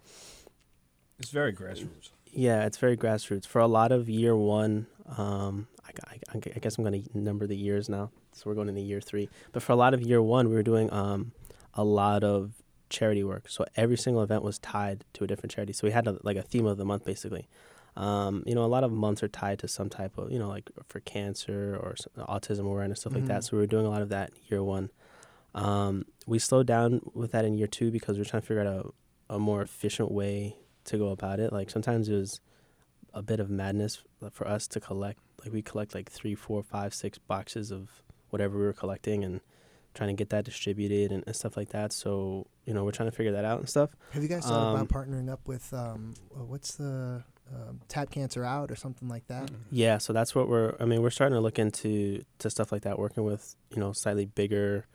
Speaker 3: It's very grassroots.
Speaker 2: yeah, it's very grassroots. For a lot of year one, um, I, gu- I gu- I gu- I guess I'm going to number the years now, so we're going into year three. But for a lot of year one, we were doing um, a lot of charity work. So every single event was tied to a different charity. So we had a, like a theme of the month basically. Um, you know, a lot of months are tied to some type of, you know, like for cancer or s- autism awareness stuff like that.
Speaker 1: Mhm.
Speaker 2: So we were doing a lot of that year one. Um, we slowed down with that in year two because we were trying to figure out a, a more efficient way to go about it. Like sometimes it was a bit of madness for us to collect. Like we collect like three, four, five, six boxes of whatever we were collecting and trying to get that distributed and, and stuff like that. So you know we're trying to figure that out and stuff.
Speaker 1: Have you guys thought
Speaker 2: Um,
Speaker 1: about partnering up with um, uh, what's the um, Tap Cancer Out or something like that?
Speaker 2: Yeah, so that's what we're. I mean, we're starting to look into to stuff like that, working with you know slightly bigger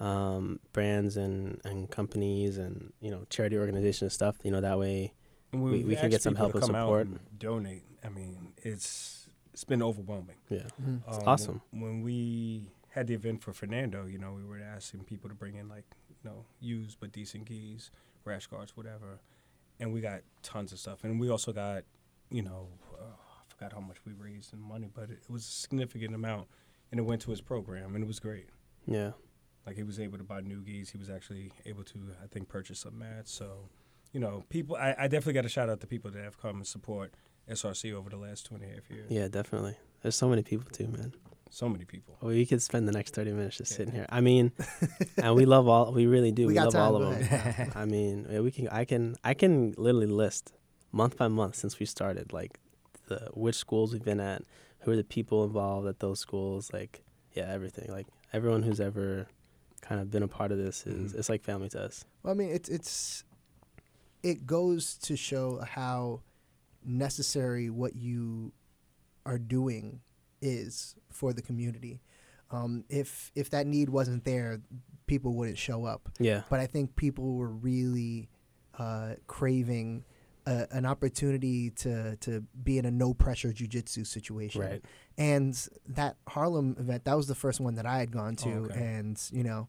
Speaker 2: um, brands and and companies and you know charity organizations and stuff. You know that way.
Speaker 3: And
Speaker 2: We-
Speaker 3: we've
Speaker 2: we can get
Speaker 3: asked
Speaker 2: some
Speaker 3: people
Speaker 2: help
Speaker 3: to
Speaker 2: and
Speaker 3: come out
Speaker 2: support.
Speaker 3: and donate. I mean, it's it's been overwhelming.
Speaker 2: Yeah.
Speaker 1: Mhm.
Speaker 3: Um,
Speaker 2: awesome.
Speaker 3: When we had the event for Fernando, you know, we were asking people to bring in like, you know, used but decent geese, rash guards, whatever, and we got tons of stuff. And we also got, you know, uh, I forgot how much we raised in money, but it was a significant amount, and it went to his program, and it was great.
Speaker 2: Yeah.
Speaker 3: Like he was able to buy new geese. He was actually able to, I think, purchase some mats. So, you know, people. I, I definitely got to shout out to people that have come and support SRC over the last two and a half years.
Speaker 2: Yeah. Definitely. There's so many people too, man.
Speaker 3: So many people.
Speaker 2: Well, we could spend the next 30 minutes just
Speaker 3: Yeah.
Speaker 2: sitting here. I mean, and we love all. We really do.
Speaker 1: We
Speaker 2: We,
Speaker 1: got
Speaker 2: love
Speaker 1: time,
Speaker 2: all
Speaker 1: go
Speaker 2: of them. I mean, yeah, we can. I can. I can literally list month by month since we started, like the which schools we've been at, who are the people involved at those schools, like yeah, everything. Like everyone who's ever kind of been a part of this is
Speaker 3: Mhm.
Speaker 2: it's like family to us.
Speaker 1: Well, I mean, it's it's it goes to show how necessary what you are doing is for the community. Um, if if that need wasn't there, people wouldn't show up.
Speaker 2: Yeah.
Speaker 1: but I think people were really uh, craving a, an opportunity to to be in a no pressure jujitsu situation.
Speaker 2: Right.
Speaker 1: And that Harlem event, that was the first one that I had gone to,
Speaker 3: Oh, okay.
Speaker 1: and you know.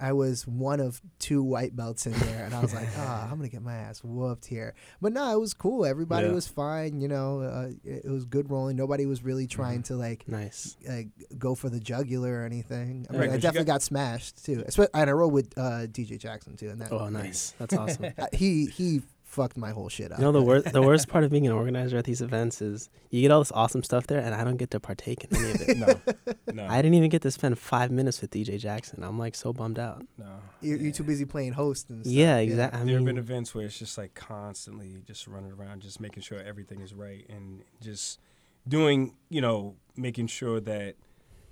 Speaker 1: I was one of two white belts in there, and I was like, "Ah, I'm gonna get my ass whooped here." But no, it was cool. Everybody
Speaker 2: Yeah.
Speaker 1: was fine, you know. Uh, it, it was good rolling. Nobody was really
Speaker 2: Mm-hmm.
Speaker 1: trying to like
Speaker 2: Nice.
Speaker 1: uh, go for the jugular or anything. I, mean,
Speaker 2: Right,
Speaker 1: I
Speaker 3: 'cause you
Speaker 1: definitely got, smashed too. Espe- And I rolled with uh, DJ Jackson too, and that
Speaker 2: Oh, nice. That's awesome.
Speaker 1: uh, he he fucked my whole shit up.
Speaker 2: You know the worst the worst part of being an organizer at these events is you get all this awesome stuff there and I don't get to partake in any of it.
Speaker 3: no, no,
Speaker 2: I didn't even get to spend five minutes with DJ Jackson. I'm like so bummed out.
Speaker 3: no.
Speaker 1: you're,
Speaker 3: Yeah.
Speaker 1: you're too busy playing host and stuff.
Speaker 2: yeah, exactly. I
Speaker 3: there have
Speaker 2: mean,
Speaker 3: been events where it's just like constantly just running around, just making sure everything is right, and just doing, you know, making sure that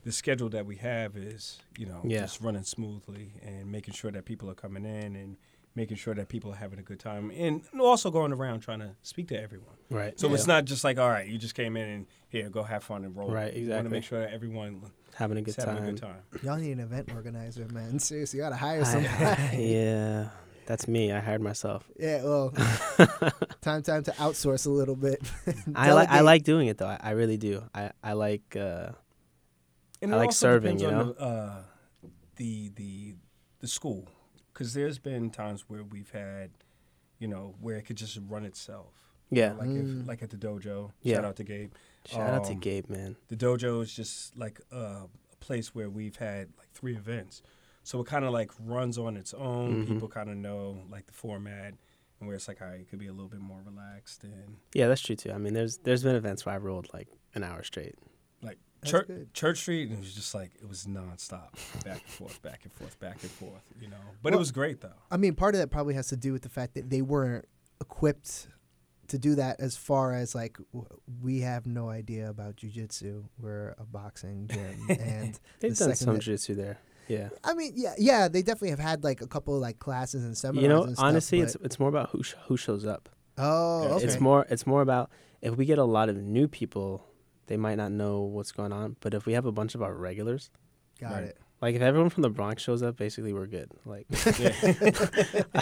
Speaker 3: the schedule that we have is, you know,
Speaker 2: Yeah.
Speaker 3: just running smoothly, and making sure that people are coming in, and making sure that people are having a good time, and also going around trying to speak to everyone.
Speaker 2: right.
Speaker 3: So it's
Speaker 2: yeah.
Speaker 3: not just like, all right, you just came in and here, go have fun and roll.
Speaker 2: Right,
Speaker 3: You want to
Speaker 2: exactly.
Speaker 3: make sure that everyone
Speaker 2: having a good
Speaker 3: is having
Speaker 2: time.
Speaker 3: a good time.
Speaker 1: Y'all need an event organizer, man. Seriously, you gotta hire
Speaker 2: I-
Speaker 1: somebody.
Speaker 2: yeah, That's me. I hired myself.
Speaker 1: Yeah, well, time time to outsource a little bit.
Speaker 2: I like I
Speaker 1: Delegate.
Speaker 2: like doing it though. I, I really do. I I like. Uh,
Speaker 3: And
Speaker 2: I
Speaker 3: it
Speaker 2: like
Speaker 3: also
Speaker 2: serving,
Speaker 3: depends
Speaker 2: you
Speaker 3: on
Speaker 2: know?
Speaker 3: the, uh, the the the school, because there's been times where we've had, you know, where it could just run itself. You
Speaker 2: yeah.
Speaker 3: know, like
Speaker 1: Mm.
Speaker 3: if, like at the dojo.
Speaker 2: Yeah.
Speaker 3: Shout out to Gabe.
Speaker 2: Shout out to
Speaker 3: um,
Speaker 2: Gabe, man.
Speaker 3: The dojo is just like a, a place where we've had like three events, so it kind of like runs on its own.
Speaker 2: Mhm.
Speaker 3: People kind of know like the format, and where it's like, all right, it could be a little bit more relaxed and
Speaker 2: Yeah, that's true too. I mean, there's there's been events where I rolled like an hour straight.
Speaker 3: like
Speaker 1: That's
Speaker 3: Church,
Speaker 1: good.
Speaker 3: Church Street, and it was just like it was nonstop, back and forth, back and forth, back and forth. You know, but it
Speaker 1: Well-
Speaker 3: was great though.
Speaker 1: I mean, part of that probably has to do with the fact that they weren't equipped to do that. As far as like, w- we have no idea about jujitsu. We're a boxing gym, and
Speaker 2: They've
Speaker 1: The second
Speaker 2: done some
Speaker 1: that-
Speaker 2: jiu-jitsu there. Yeah.
Speaker 1: I mean, yeah, yeah, they definitely have had like a couple like classes and seminars.
Speaker 2: You know,
Speaker 1: and stuff,
Speaker 2: honestly,
Speaker 1: but-
Speaker 2: it's it's more about who sh- who shows up.
Speaker 1: oh,
Speaker 3: Yeah,
Speaker 1: okay.
Speaker 2: It's more it's more about if we get a lot of new people, they might not know what's going on. But if we have a bunch of our regulars,
Speaker 1: got
Speaker 3: Right.
Speaker 1: it.
Speaker 2: like if everyone from the Bronx shows up, basically we're good. Like
Speaker 3: Yeah.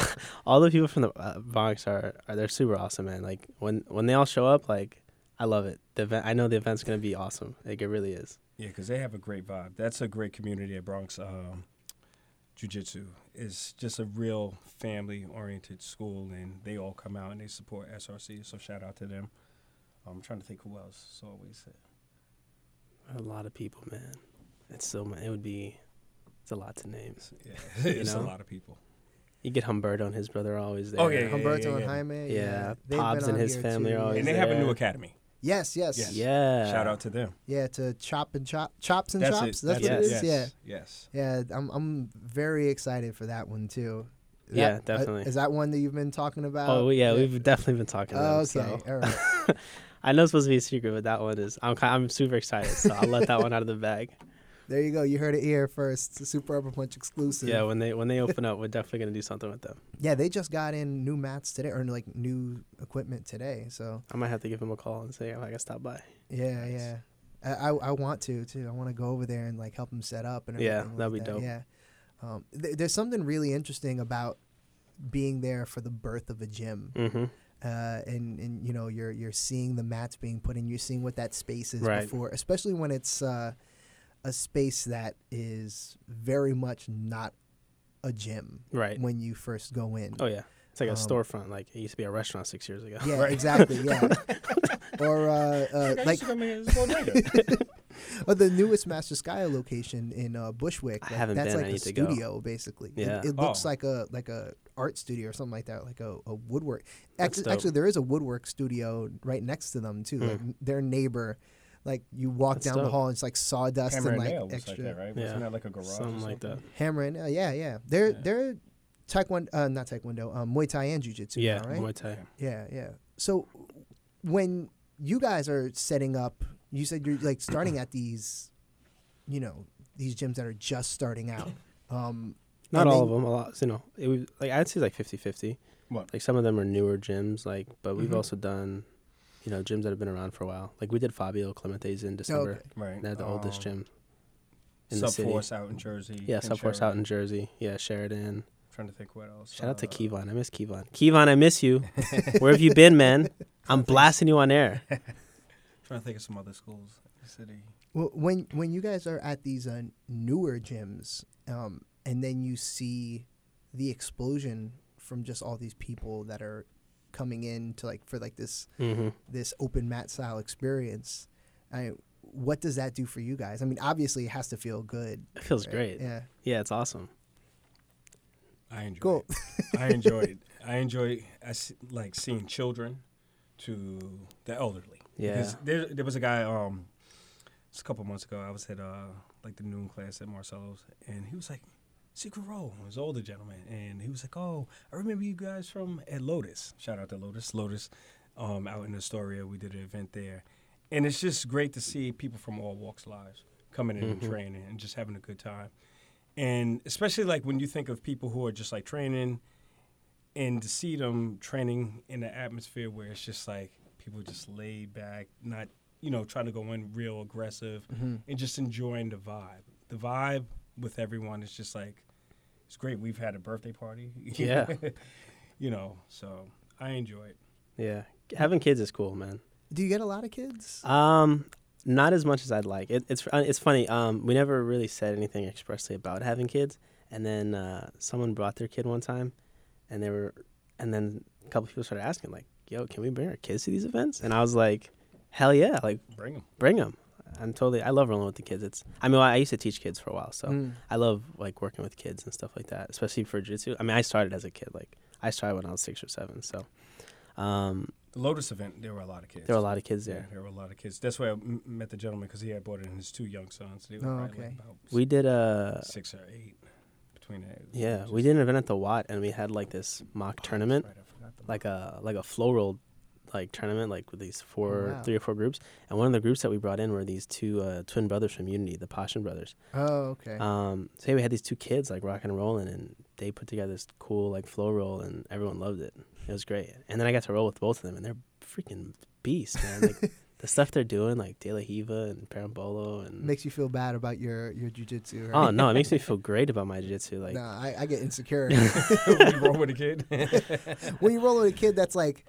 Speaker 2: all the people from the uh, Bronx are, are they're super awesome, man. Like when when they all show up, like I love it. The event, I know the event's gonna be awesome. Like it really is.
Speaker 3: Yeah, because they have a great vibe. That's a great community at Bronx um, Jiu Jitsu. It's just a real family oriented school, and they all come out and they support SRC. So shout out to them. I'm trying to think who else. It's always
Speaker 2: A lot of people, man. It's so ma- it would be it's a lot to name.
Speaker 3: it's, yeah, it's
Speaker 2: know?
Speaker 3: a lot of people.
Speaker 2: You get Humberto and his brother are always there.
Speaker 3: Oh, yeah, yeah.
Speaker 1: Humberto and
Speaker 3: yeah.
Speaker 1: Jaime.
Speaker 2: Yeah,
Speaker 1: they've
Speaker 2: Pops
Speaker 1: been
Speaker 2: and
Speaker 1: on
Speaker 2: his
Speaker 1: here
Speaker 2: family are
Speaker 1: too.
Speaker 2: always
Speaker 3: And they have a new
Speaker 2: there. uh,
Speaker 3: academy.
Speaker 1: Yes, yes,
Speaker 3: Yes.
Speaker 2: Yeah.
Speaker 3: Shout out to them.
Speaker 1: yeah. To chop and chop, chops and
Speaker 3: That's
Speaker 1: chops.
Speaker 3: it.
Speaker 1: That's, what it is.
Speaker 3: Yes.
Speaker 1: Yeah,
Speaker 3: Yes.
Speaker 1: yeah. I'm I'm very excited for that one too. Is
Speaker 2: Yeah,
Speaker 1: that- uh,
Speaker 2: definitely.
Speaker 1: is that one that you've been talking about?
Speaker 2: Oh yeah, we've definitely been talking
Speaker 1: Oh,
Speaker 2: about
Speaker 1: okay,
Speaker 2: it. So
Speaker 1: all right.
Speaker 2: I know it's supposed to be a secret, but that one is. I'm ki- I'm super excited, so I'll let that one out of the bag.
Speaker 1: There you go. You heard it here first. It's a Super Upper Punch exclusive.
Speaker 2: Yeah, when they when they open up, we're definitely gonna do something with them.
Speaker 1: Yeah, they just got in new mats today, or like new equipment today. So
Speaker 2: I might have to give him a call and say, oh, I gotta stop by.
Speaker 1: yeah,
Speaker 3: Nice.
Speaker 1: yeah. I, I I want to too. I want to go over there and like help them set up and everything.
Speaker 2: Yeah,
Speaker 1: like
Speaker 2: that'd be
Speaker 1: that.
Speaker 2: dope.
Speaker 1: Yeah. Um, th- there's something really interesting about being there for the birth of a gym,
Speaker 2: Mm-hmm.
Speaker 1: uh, and and you know you're you're seeing the mats being put in, you're seeing what that space is
Speaker 2: Right.
Speaker 1: before, especially when it's uh, a space that is very much not a gym
Speaker 2: Right.
Speaker 1: when you first go in.
Speaker 2: Oh yeah, it's like a
Speaker 1: Um,
Speaker 2: storefront. Like it used to be a restaurant six years ago.
Speaker 1: Yeah, exactly. Yeah, or uh, uh, like or the newest Master Sky location in uh, Bushwick.
Speaker 2: I
Speaker 1: like,
Speaker 2: haven't
Speaker 1: that's
Speaker 2: been,
Speaker 1: like
Speaker 2: I
Speaker 1: a
Speaker 2: need to go.
Speaker 1: studio, basically. It-
Speaker 2: Yeah.
Speaker 1: It, looks
Speaker 3: Oh.
Speaker 1: like a like a art studio or something like that, like a, a woodwork.
Speaker 2: That's
Speaker 1: Actually,
Speaker 2: dope.
Speaker 1: actually, there is a woodwork studio right next to them too.
Speaker 2: Hmm.
Speaker 1: Like their neighbor. Like you walk
Speaker 2: That's
Speaker 1: down the
Speaker 2: dope.
Speaker 1: hall, and it's like sawdust
Speaker 3: Hammer and
Speaker 1: and like
Speaker 3: Nail was
Speaker 1: extra
Speaker 3: like that, right?
Speaker 2: Yeah.
Speaker 3: Wasn't that like a garage? or
Speaker 2: Something like that.
Speaker 1: hammer and nail. Yeah, yeah. They're
Speaker 3: Yeah.
Speaker 1: they're taekwondo, uh, not taekwondo, um, Muay Thai and Jiu Jitsu.
Speaker 2: Yeah,
Speaker 1: right.
Speaker 2: Muay Thai.
Speaker 1: Yeah, yeah. So when you guys are setting up, you said you're like starting at these, you know, these gyms that are just starting out. Um,
Speaker 2: Not
Speaker 1: And
Speaker 2: all of
Speaker 1: then-
Speaker 2: them. A lot, you know. It was like I'd say like 50-50.
Speaker 3: What?
Speaker 2: Like some of them are newer gyms. Like, but we've
Speaker 3: Mhm.
Speaker 2: also done, you know, gyms that have been around for a while. Like we did Fabio Clemente's in
Speaker 1: okay.
Speaker 2: December.
Speaker 3: Right.
Speaker 2: They're the oldest
Speaker 3: Um,
Speaker 2: gym in the
Speaker 3: Sub
Speaker 2: city.
Speaker 3: Force out in Jersey.
Speaker 2: Yeah,
Speaker 3: and
Speaker 2: Subforce
Speaker 3: Sharon.
Speaker 2: out in Jersey. Yeah, Sheridan.
Speaker 3: trying to think what else.
Speaker 2: Shout out to
Speaker 3: Uh,
Speaker 2: Kevon. I miss Kevon. Kevon, I miss you. Where have you been, man? I'm blasting you on air.
Speaker 3: Trying to think of some other schools in the city.
Speaker 1: Well, when when you guys are at these uh, newer gyms, um, and then you see the explosion from just all these people that are coming in to like for like this
Speaker 2: Mm-hmm.
Speaker 1: this open mat style experience, I, what does that do for you guys? I mean, obviously, it has to feel good.
Speaker 2: It feels
Speaker 1: right?
Speaker 2: great.
Speaker 1: Yeah.
Speaker 2: Yeah, it's awesome.
Speaker 3: I enjoy.
Speaker 1: Cool.
Speaker 3: It. I enjoy it. I enjoy I s- like seeing children to the elderly.
Speaker 2: Yeah.
Speaker 3: Because there, there was a guy. Um, just a couple months ago, I was at uh like the noon class at Marcelo's, and he was like, "Secret Row." He was an older gentleman, and he was like, "Oh, I remember you guys from at Lotus. Shout out to Lotus. Lotus, um, out in Astoria, we did an event there, and it's just great to see people from all walks of lives coming in and
Speaker 2: Mhm.
Speaker 3: training and just having a good time." and especially like when you think of people who are just like training and to see them training in an atmosphere where it's just like people just laid back not you know trying to go in real
Speaker 1: Mm-hmm.
Speaker 3: aggressive and just enjoying the vibe the vibe with everyone is just like It's great. We've had a birthday party.
Speaker 2: Yeah.
Speaker 3: you know, so I enjoy it.
Speaker 2: Yeah, having kids is cool, man.
Speaker 1: Do you get a lot of kids?
Speaker 2: Um, not as much as I'd like. It, it's uh, it's funny. Um, we never really said anything expressly about having kids, and then uh, someone brought their kid one time, and they were, and then a couple people started asking like, "Yo, can we bring our kids to these events?" And I was like, "Hell yeah! Like,
Speaker 3: Bring them.
Speaker 2: bring them." I'm totally. I love rolling with the kids. It's. I mean, I used to teach kids for a while, so
Speaker 1: Mm.
Speaker 2: I love like working with kids and stuff like that, especially for jiu-jitsu. I mean, I started as a kid. Like, I started when I was six or seven. So, um,
Speaker 3: The Lotus event, there were a lot of kids.
Speaker 2: there were a lot of kids there.
Speaker 3: Yeah, there were a lot of kids. That's why I m- met the gentleman because he had brought in his two young sons. They were
Speaker 1: Oh,
Speaker 3: probably
Speaker 1: okay.
Speaker 3: like about
Speaker 2: We did a
Speaker 3: six or eight between that.
Speaker 2: Yeah, we did an event at the Watt, and we had like this mock tournament,
Speaker 3: Oh, Right, I forgot the
Speaker 2: like a like a flow roll, like tournament, like with these four,
Speaker 1: wow.
Speaker 2: three or four groups. And one of the groups that we brought in were these two uh, twin brothers from Unity, the Pashin brothers.
Speaker 1: Oh, okay.
Speaker 2: Um, so yeah, we had these two kids like rock and rolling, and they put together this cool like flow roll, and everyone loved it. It was great. And then I got to roll with both of them, and they're freaking beasts, man. Like the stuff they're doing, like De La Hiva and Parambolo, and
Speaker 1: Makes you feel bad about your your jujitsu.
Speaker 2: oh
Speaker 1: Right?
Speaker 2: no, it makes me feel great about my jiu-jitsu. Like
Speaker 1: no, I, I get insecure.
Speaker 3: When you roll with a kid.
Speaker 1: when you roll with a kid that's like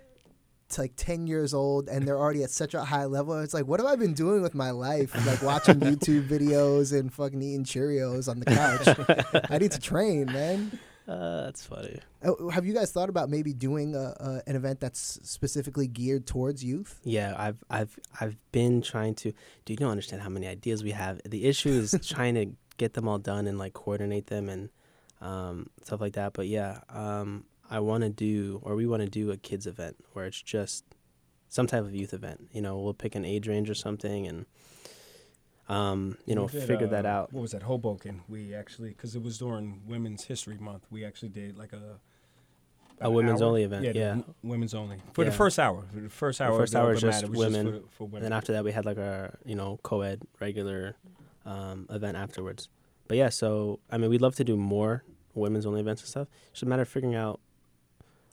Speaker 1: it's like 10 years old and they're already at such a high level it's like what have i been doing with my life like watching youtube videos and fucking eating cheerios on the couch i need to train man
Speaker 2: uh, that's funny.
Speaker 1: Uh, have you guys thought about maybe doing a, a, an event that's specifically geared towards youth
Speaker 2: Yeah, I've I've I've been trying to. Do you don't understand how many ideas we have? The issue is trying to get them all done and like coordinate them and um, stuff like that. But yeah, um, I want to do or we want to do a kids event where it's just some type of youth event. You know, we'll pick an age range or something and um, you know
Speaker 3: We did,
Speaker 2: figure that
Speaker 3: uh,
Speaker 2: out.
Speaker 3: What was that? Hoboken. We actually, because it was during Women's History Month, we actually did like a
Speaker 2: A
Speaker 3: an
Speaker 2: women's
Speaker 3: hour.
Speaker 2: only event,
Speaker 3: the
Speaker 2: yeah.
Speaker 3: w- women's only for the
Speaker 2: Yeah.
Speaker 3: first hour. For the first hour,
Speaker 2: first
Speaker 3: the
Speaker 2: hour
Speaker 3: open
Speaker 2: is just
Speaker 3: mat was
Speaker 2: women,
Speaker 3: for, for women.
Speaker 2: And then after that, we had like our you know co-ed regular um, event afterwards. But yeah, so I mean, we'd love to do more women's only events and stuff. It's just a matter of figuring out.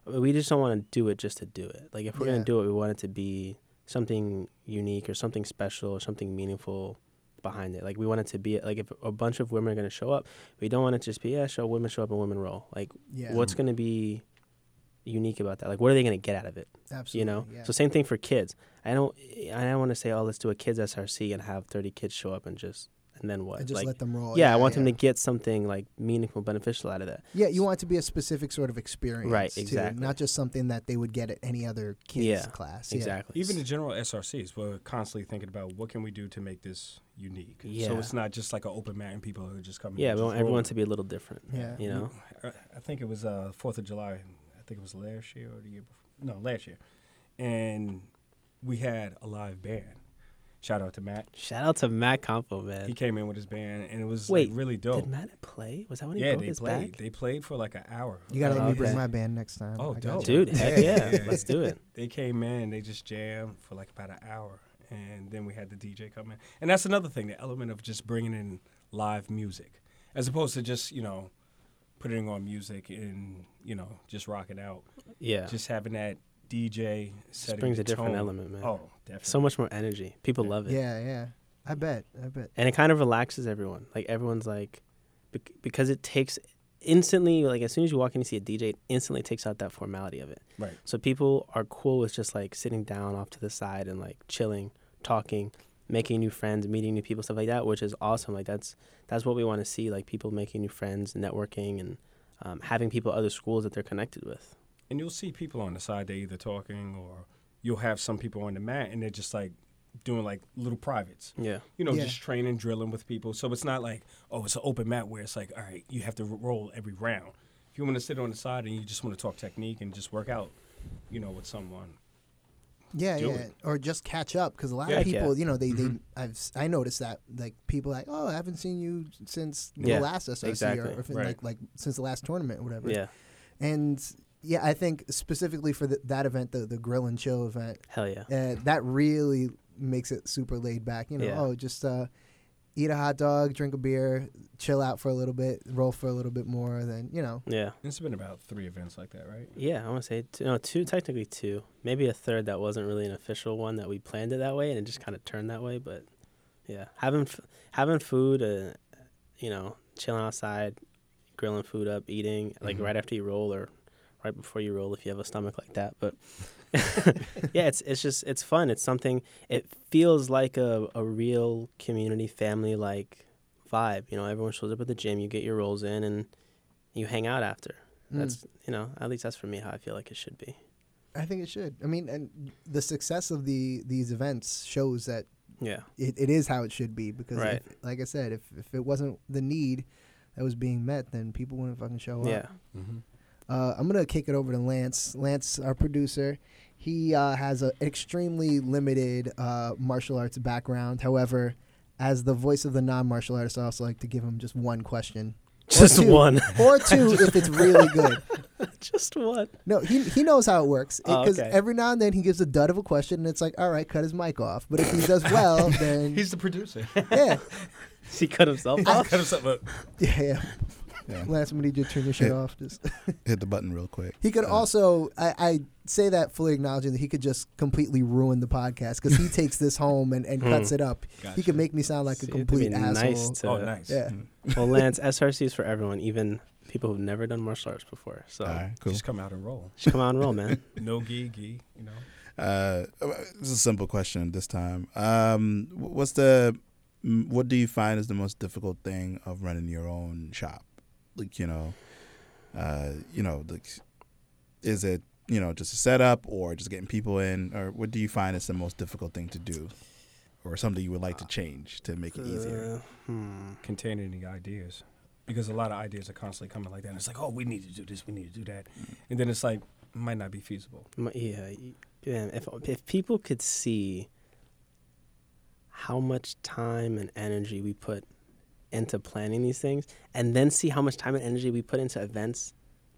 Speaker 2: I mean, we just don't want to do it just to do it. Like if we're
Speaker 1: Yeah.
Speaker 2: gonna do it, we want it to be something unique or something special or something meaningful behind it. Like we want it to be like if a bunch of women are gonna show up, we don't want it to just be yeah, show women show up and women roll. Like
Speaker 1: yeah
Speaker 2: what's gonna be unique about that? Like what are they gonna get out of it?
Speaker 1: absolutely
Speaker 2: you know
Speaker 1: yeah.
Speaker 2: so same thing for kids i don't i don't want to say oh let's do a kids src and have 30 kids show up and just and then what
Speaker 1: And just
Speaker 2: like
Speaker 1: let them roll
Speaker 2: yeah, i want them
Speaker 1: yeah.
Speaker 2: to get something like meaningful beneficial out of that
Speaker 1: yeah you want it to be a specific sort of experience
Speaker 2: Right,
Speaker 1: too,
Speaker 2: exactly.
Speaker 1: not just something that they would get at any other kids
Speaker 2: Yeah,
Speaker 1: class
Speaker 2: exactly
Speaker 3: Even the general SRCs, we're constantly thinking about what can we do to make this unique. So
Speaker 2: Yeah.
Speaker 3: it's not just like an open mat and people who just come.
Speaker 2: yeah we
Speaker 3: and just
Speaker 2: want everyone
Speaker 3: roll.
Speaker 2: to be a little different
Speaker 1: Yeah. Mm-hmm.
Speaker 2: you know
Speaker 3: I I think it was uh Fourth of July. I think it was last year or the year before. No, last year, and we had a live band. Shout out to Matt.
Speaker 2: shout out to matt compo
Speaker 3: He
Speaker 2: man
Speaker 3: came in with his band, and it was
Speaker 2: Wait,
Speaker 3: like really dope.
Speaker 2: did matt play was that when he
Speaker 3: yeah,
Speaker 2: broke
Speaker 3: they
Speaker 2: his
Speaker 3: played.
Speaker 2: back
Speaker 3: They played for like an hour. Uh,
Speaker 1: you gotta let me
Speaker 2: Okay.
Speaker 1: bring my band next time
Speaker 3: Oh,
Speaker 1: I
Speaker 3: dope.
Speaker 1: gotcha.
Speaker 2: dude heck
Speaker 3: Yeah.
Speaker 2: yeah, let's do it
Speaker 3: They came in, they just jammed for like about an hour, and then we had the DJ come in. And that's another thing, the element of just bringing in live music, as opposed to just you know putting on music and you know just rocking out.
Speaker 2: yeah
Speaker 3: Just having that DJ setting
Speaker 2: brings
Speaker 3: the
Speaker 2: a different
Speaker 3: tone.
Speaker 2: element, man.
Speaker 3: Oh, definitely.
Speaker 2: so much more energy people love it
Speaker 1: Yeah, yeah. I bet. I bet.
Speaker 2: and it kind of relaxes everyone. Like everyone's like, bec- because it takes instantly. Like as soon as you walk in, you see a DJ. It instantly takes out that formality of it.
Speaker 3: Right.
Speaker 2: So people are cool with just like sitting down off to the side and like chilling, talking, making new friends, meeting new people, stuff like that, which is awesome. Like that's that's what we want to see. Like people making new friends, networking, and um, having people at other schools that they're connected with.
Speaker 3: And you'll see people on the side, they're either talking or you'll have some people on the mat and they're just like doing like little privates.
Speaker 2: Yeah.
Speaker 3: You know,
Speaker 1: Yeah.
Speaker 3: just training, drilling with people. So it's not like, oh, it's an open mat where it's like, all right, you have to r- roll every round. If you want to sit on the side and you just want to talk technique and just work out, you know, with someone.
Speaker 1: Yeah,
Speaker 3: Do
Speaker 1: yeah.
Speaker 3: it.
Speaker 1: Or just catch up because a lot of
Speaker 2: Yeah. Heck
Speaker 1: people,
Speaker 2: yeah. Mm-hmm.
Speaker 1: you know, they they I've s- I noticed that like people like, oh, I haven't seen you since
Speaker 2: Yeah,
Speaker 1: the last SRC
Speaker 2: exactly.
Speaker 1: or, or fin-
Speaker 3: Right.
Speaker 1: like like since the last tournament, or whatever.
Speaker 2: Yeah.
Speaker 1: And yeah, I think specifically for the, that event, the the grill and chill event,
Speaker 2: Hell yeah.
Speaker 1: uh, that really makes it super laid back. You know,
Speaker 2: Yeah.
Speaker 1: oh, just uh, eat a hot dog, drink a beer, chill out for a little bit, roll for a little bit more, then you know,
Speaker 2: Yeah.
Speaker 3: It's been about three events like that, right?
Speaker 2: Yeah, I want to say two, no, two technically two, maybe a third that wasn't really an official one that we planned it that way and it just kind of turned that way. But yeah, having f- having food, uh, you know, chilling outside, grilling food up, eating like
Speaker 3: Mhm.
Speaker 2: right after you roll or right before you roll if you have a stomach like that. But yeah, it's it's just it's fun. It's something. It feels like a a real community family like vibe. You know, everyone shows up at the gym. You get your rolls in and you hang out after.
Speaker 1: Mm.
Speaker 2: That's you know at least that's for me how I feel like it should be.
Speaker 1: I think it should. I mean, and the success of the these events shows that
Speaker 2: Yeah.
Speaker 1: it, it is how it should be because,
Speaker 2: Right.
Speaker 1: if, like I said, if, if it wasn't the need that was being met, then people wouldn't fucking show up.
Speaker 2: Yeah.
Speaker 3: Mm-hmm.
Speaker 1: Uh, I'm gonna kick it over to Lance. Lance, our producer, he uh, has an extremely limited uh, martial arts background. However, as the voice of the non-martial artist, I also like to give him just one question,
Speaker 2: Just
Speaker 1: two.
Speaker 2: one.
Speaker 1: or two if it's really good.
Speaker 2: just one.
Speaker 1: No, he he knows how it works
Speaker 2: Oh,
Speaker 1: because
Speaker 2: okay.
Speaker 1: every now and then he gives a dud of a question, and it's like, all right, cut his mic off. But if he does well, then
Speaker 3: He's the producer.
Speaker 1: yeah,
Speaker 2: He cut himself off.
Speaker 3: Cut himself up.
Speaker 1: yeah, yeah.
Speaker 4: Yeah.
Speaker 1: Lance, I'm gonna need you to turn your shit off. Just
Speaker 4: Hit the button real quick.
Speaker 1: He could
Speaker 4: Uh,
Speaker 1: also, I, I say that fully acknowledging that he could just completely ruin the podcast because he takes this home and, and
Speaker 2: Hmm.
Speaker 1: cuts it up. He
Speaker 3: Gotcha.
Speaker 1: could make me sound like
Speaker 2: See,
Speaker 1: a
Speaker 2: it'd
Speaker 1: complete
Speaker 2: be
Speaker 1: asshole.
Speaker 2: nice to
Speaker 3: Oh, nice.
Speaker 1: Yeah.
Speaker 2: Well, Lance, SRC is for everyone, even people who've never done martial arts before. So
Speaker 4: All right, cool.
Speaker 3: Oh, Just come out and roll.
Speaker 2: just come on and roll, man.
Speaker 3: No gi, gi. You know.
Speaker 4: Uh, it's a simple question this time. Um, wh- what's the, m- what do you find is the most difficult thing of running your own shop? Like you know, uh, you know, like, is it you know just a setup or just getting people in, or what do you find is the most difficult thing to do, or something you would like
Speaker 3: Uh,
Speaker 4: to change to make it easier?
Speaker 2: Uh, hmm.
Speaker 3: contain any ideas because a lot of ideas are constantly coming like that. And it's like, oh, we need to do this, we need to do that, and then it's like might not be feasible.
Speaker 2: My- Yeah, y- man, if if people could see how much time and energy we put into planning these things, and then see how much time and energy we put into events,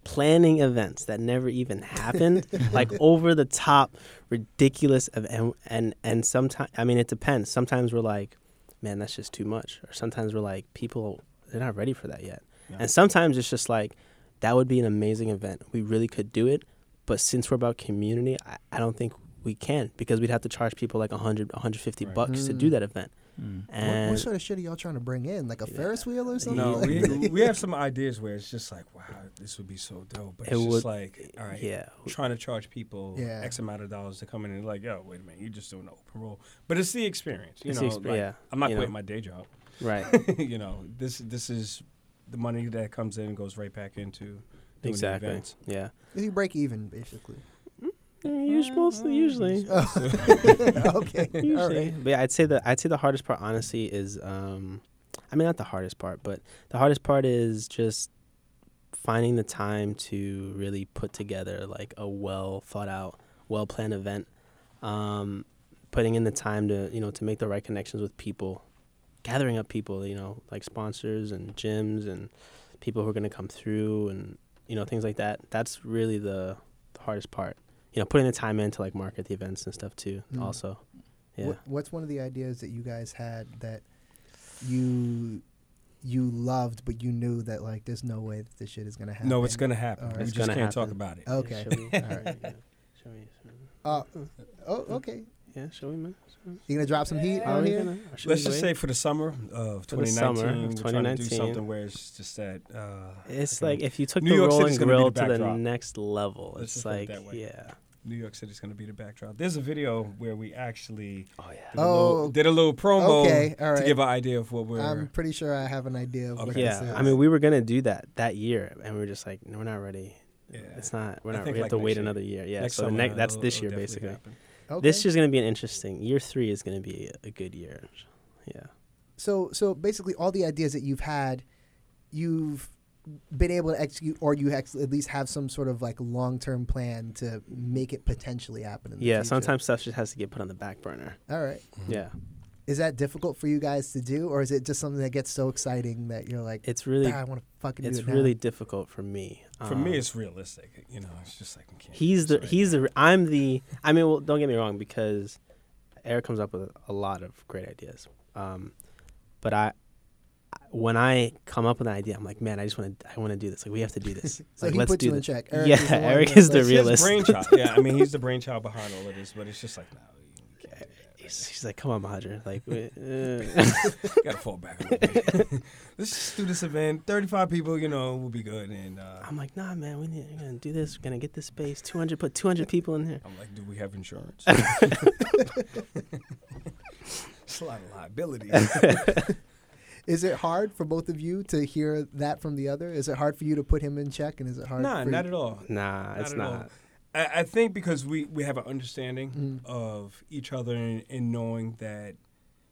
Speaker 2: planning events that never even happened, like over the top, ridiculous, ev- and and and sometimes I mean it depends. Sometimes we're like, man, that's just too much, or sometimes we're like, people they're not ready for that yet,
Speaker 3: Yeah.
Speaker 2: and sometimes it's just like. That would be an amazing event. We really could do it but since we're about community i, I don't think we can because we'd have to charge people like 100 150
Speaker 3: Right.
Speaker 2: bucks to
Speaker 1: Mm.
Speaker 2: do that event
Speaker 4: Hmm.
Speaker 1: What,
Speaker 2: and
Speaker 1: what sort of shit are y'all trying to bring in? Like a
Speaker 2: Yeah.
Speaker 1: Ferris wheel or something?
Speaker 3: No,
Speaker 1: Like-
Speaker 3: we, we have some ideas where it's just like, wow, this would be so dope, but
Speaker 2: It
Speaker 3: it's just
Speaker 2: would-
Speaker 3: like, all right,
Speaker 2: yeah
Speaker 3: trying to charge people
Speaker 1: Yeah.
Speaker 3: X amount of dollars to come in and like, yo, wait a minute, you're just doing an open roll, but it's the experience, you
Speaker 2: It's the
Speaker 3: know.
Speaker 2: exper-
Speaker 3: like,
Speaker 2: yeah,
Speaker 3: I'm not
Speaker 2: you know.
Speaker 3: quitting my day job,
Speaker 2: right
Speaker 3: you know. This this is the money that comes in goes right back into doing the
Speaker 2: exactly
Speaker 3: events.
Speaker 2: yeah
Speaker 1: you break even basically.
Speaker 2: usually mostly usually
Speaker 1: Oh. okay, all
Speaker 2: usually
Speaker 1: right.
Speaker 2: but yeah, i'd say the i'd say the hardest part honestly is um i mean not the hardest part but the hardest part is just finding the time to really put together like a well thought out well planned event um putting in the time to you know to make the right connections with people gathering up people you know like sponsors and gyms and people who are going to come through and you know things like that that's really the, the hardest part you know putting the time in to like market the events and stuff too
Speaker 1: Mm.
Speaker 2: also yeah
Speaker 1: What, what's one of the ideas that you guys had that you you loved, but you knew that like there's no way that this shit is gonna happen?
Speaker 3: No, it's gonna happen.
Speaker 1: All right.
Speaker 3: We
Speaker 2: It's
Speaker 3: just
Speaker 2: gonna
Speaker 3: can't talk
Speaker 2: happen.
Speaker 3: about it.
Speaker 2: Yeah,
Speaker 1: Okay.
Speaker 2: shall we-
Speaker 1: All right.
Speaker 2: yeah, shall we- shall we-
Speaker 1: Uh, oh, okay.
Speaker 2: yeah shall we man
Speaker 1: You gonna drop some heat
Speaker 2: Are
Speaker 1: on
Speaker 2: we
Speaker 1: here?
Speaker 2: gonna- or should
Speaker 3: Let's
Speaker 2: we
Speaker 3: just
Speaker 2: wait?
Speaker 3: say for the summer of
Speaker 2: For the
Speaker 3: 2019,
Speaker 2: summer of
Speaker 3: we're trying to do
Speaker 2: 2019.
Speaker 3: something where it's just that. Uh,
Speaker 2: it's
Speaker 3: I think
Speaker 2: like if you took
Speaker 3: New
Speaker 2: the
Speaker 3: York
Speaker 2: roll
Speaker 3: City's
Speaker 2: and
Speaker 3: gonna be the
Speaker 2: grill to the
Speaker 3: backdrop.
Speaker 2: next level
Speaker 3: Let's
Speaker 2: it's
Speaker 3: just put it
Speaker 2: like
Speaker 3: that way.
Speaker 2: yeah
Speaker 3: New York City's going to be the backdrop. There's a video where we actually
Speaker 2: oh yeah
Speaker 3: did, a, little,
Speaker 1: Oh,
Speaker 3: did a little promo
Speaker 1: okay, all
Speaker 3: to
Speaker 1: right. Um,
Speaker 3: give an idea of what we're.
Speaker 1: I'm pretty sure I have an idea of what
Speaker 3: Okay.
Speaker 1: this
Speaker 2: yeah,
Speaker 1: is.
Speaker 2: I mean, we were gonna do that that year, and we were just like, no, we're not ready.
Speaker 3: yeah.
Speaker 2: It's not. We're
Speaker 3: I
Speaker 2: not. We
Speaker 3: think
Speaker 2: have
Speaker 3: like
Speaker 2: to
Speaker 3: next
Speaker 2: wait
Speaker 3: year.
Speaker 2: another year. Yeah. so the
Speaker 3: summer
Speaker 2: next, that's
Speaker 3: it'll-
Speaker 2: this
Speaker 3: it'll
Speaker 2: year,
Speaker 3: definitely
Speaker 2: basically.
Speaker 3: happen.
Speaker 1: okay.
Speaker 2: This year's gonna be an interesting. Year three is gonna be a good year. Yeah.
Speaker 1: so so basically all the ideas that you've had, you've been able to execute, or you ex- at least have some sort of like long term plan to make it potentially happen. In the
Speaker 2: Yeah.
Speaker 1: future.
Speaker 2: Sometimes stuff just has to get put on the back burner.
Speaker 1: All right.
Speaker 2: Yeah.
Speaker 1: Is that difficult for you guys to do, or is it just something that gets so exciting that you're like,
Speaker 2: It's really.
Speaker 1: "Ah, I want to fucking do
Speaker 2: It's
Speaker 1: it now."
Speaker 2: really difficult for me.
Speaker 3: For me,
Speaker 2: Um,
Speaker 3: it's realistic. You know, it's just like we can't.
Speaker 2: He's
Speaker 3: do
Speaker 2: the
Speaker 3: this right
Speaker 2: he's
Speaker 3: now.
Speaker 2: the I'm the I mean well don't get me wrong because Eric comes up with a lot of great ideas, um, but I when I come up with an idea I'm like man I just want to I want to do this like we have to do this
Speaker 1: So
Speaker 2: like
Speaker 1: he
Speaker 2: let's
Speaker 1: puts
Speaker 2: do
Speaker 1: you in
Speaker 2: this.
Speaker 1: check.
Speaker 2: yeah
Speaker 1: is the one
Speaker 2: Eric
Speaker 1: that's
Speaker 2: is the
Speaker 1: like-
Speaker 3: It's his
Speaker 2: realist
Speaker 3: brainchild. yeah, I mean, he's the brainchild behind all of this, but it's just like no. we can't do that.
Speaker 2: he's, he's like come on Madra like we- uh.
Speaker 3: Gotta fall back a little bit. let's just do this event. Thirty-five people, you know, will be good. And uh,
Speaker 2: I'm like, nah, man, we need, we're gonna do this. We're gonna get this space. 200, put 200 people in there.
Speaker 3: I'm like, do we have insurance? it's a lot of liability.
Speaker 1: Is it hard for both of you to hear that from the other? Is it hard for you to put him in check? And is it hard?
Speaker 3: nah,
Speaker 1: for
Speaker 3: not
Speaker 1: you?
Speaker 3: at all.
Speaker 2: Nah, it's
Speaker 3: at all.
Speaker 2: not.
Speaker 3: I, I think because we, we have an understanding
Speaker 1: Mhm.
Speaker 3: of each other and, and knowing that,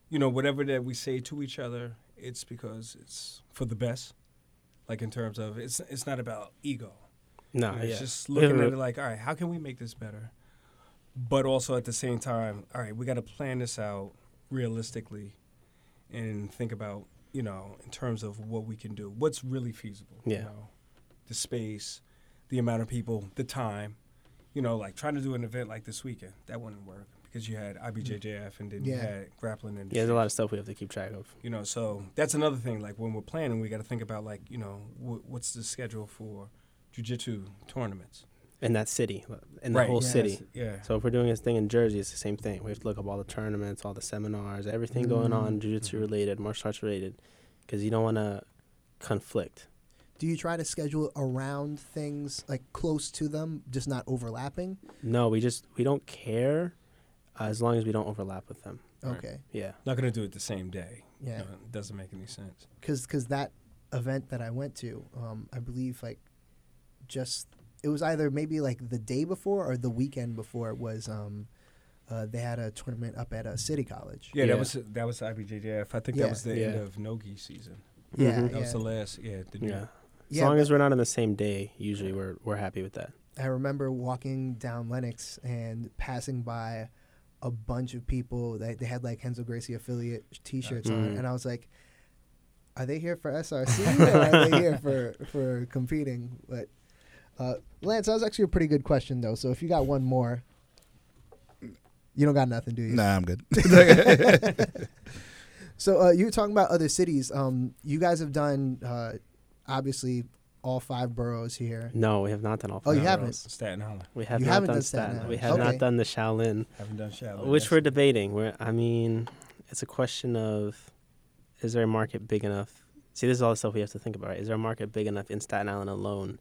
Speaker 3: you know, whatever that we say to each other, it's because it's for the best. Like in terms of it's it's not about ego.
Speaker 2: Nah,
Speaker 3: You know,
Speaker 2: yeah.
Speaker 3: It's just
Speaker 2: We have
Speaker 3: looking
Speaker 2: a-
Speaker 3: at it like, all right, how can we make this better? But also at the same time, all right, we got to plan this out realistically and think about, you know, in terms of what we can do, what's really feasible. You
Speaker 2: Yeah.
Speaker 3: know, the space, the amount of people, the time. You know, like trying to do an event like this weekend, that wouldn't work because you had IBJJF and then you
Speaker 1: Yeah.
Speaker 3: had grappling and
Speaker 2: yeah, there's a lot of stuff we have to keep track of.
Speaker 3: you know so that's another thing like when we're planning we got to think about like you know wh- what's the schedule for jiu-jitsu tournaments
Speaker 2: In that city, in the
Speaker 3: Right,
Speaker 2: whole
Speaker 1: yeah,
Speaker 2: city.
Speaker 3: yeah
Speaker 2: So if we're doing this thing in Jersey, it's the same thing. We have to look up all the tournaments, all the seminars, everything going on,
Speaker 1: Mm.
Speaker 2: jiu-jitsu
Speaker 3: Mhm.
Speaker 2: related, martial arts related, because you don't want to conflict.
Speaker 1: Do you try to schedule around things like close to them, just not overlapping?
Speaker 2: No, we just we don't care uh, as long as we don't overlap with them.
Speaker 3: Right.
Speaker 1: Okay,
Speaker 2: Yeah.
Speaker 3: not gonna do it the same day
Speaker 1: yeah.
Speaker 3: No, it doesn't make any sense
Speaker 1: because because that event that I went to, um, I believe like just it was either maybe like the day before or the weekend before was um, uh, they had a tournament up at a city college.
Speaker 3: yeah,
Speaker 2: Yeah.
Speaker 3: that was that was IBJJF I think
Speaker 1: Yeah.
Speaker 3: that was the end
Speaker 2: Yeah.
Speaker 3: of nogi season
Speaker 1: Yeah,
Speaker 2: Mhm.
Speaker 3: that was the last yeah the
Speaker 2: Yeah. As
Speaker 1: Mm-hmm. Yeah,
Speaker 2: long
Speaker 1: but
Speaker 2: as we're not on the same day, usually we're we're happy with that.
Speaker 1: I remember walking down Lennox and passing by a bunch of people that they had like Hensel Gracie affiliate T-shirts on,
Speaker 2: Mm.
Speaker 1: and I was like. Are they here for SRC or are they here for, for competing? But uh, Lance, that was actually a pretty good question though. So if you got one more, you don't got nothing, do you?
Speaker 4: Nah, I'm good.
Speaker 1: So uh, you were talking about other cities. Um, you guys have done uh, obviously all five boroughs here.
Speaker 2: No, we have not done all.
Speaker 1: Oh, you
Speaker 2: five
Speaker 1: haven't?
Speaker 2: rows.
Speaker 3: Staten Island
Speaker 2: We have
Speaker 1: You
Speaker 2: not
Speaker 1: haven't
Speaker 2: done,
Speaker 1: done Staten
Speaker 2: Staten.
Speaker 1: Island.
Speaker 2: We have
Speaker 1: Okay.
Speaker 2: not done the Shaolin,
Speaker 3: haven't done shadow
Speaker 2: which we're debating. We're, I mean, it's a question of is there a market big enough? See, this is all the stuff we have to think about. Right? Is there a market big enough in Staten Island alone